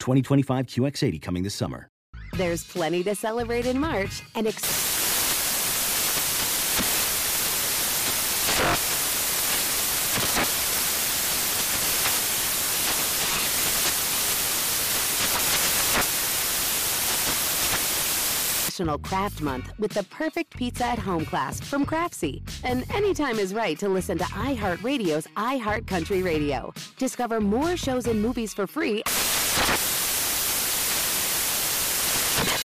2025 QX80 coming this summer.
There's plenty to celebrate in March and ex- National Craft Month with the perfect pizza at home class from Craftsy. And anytime is right to listen to iHeartRadio's iHeart Country Radio. Discover more shows and movies for free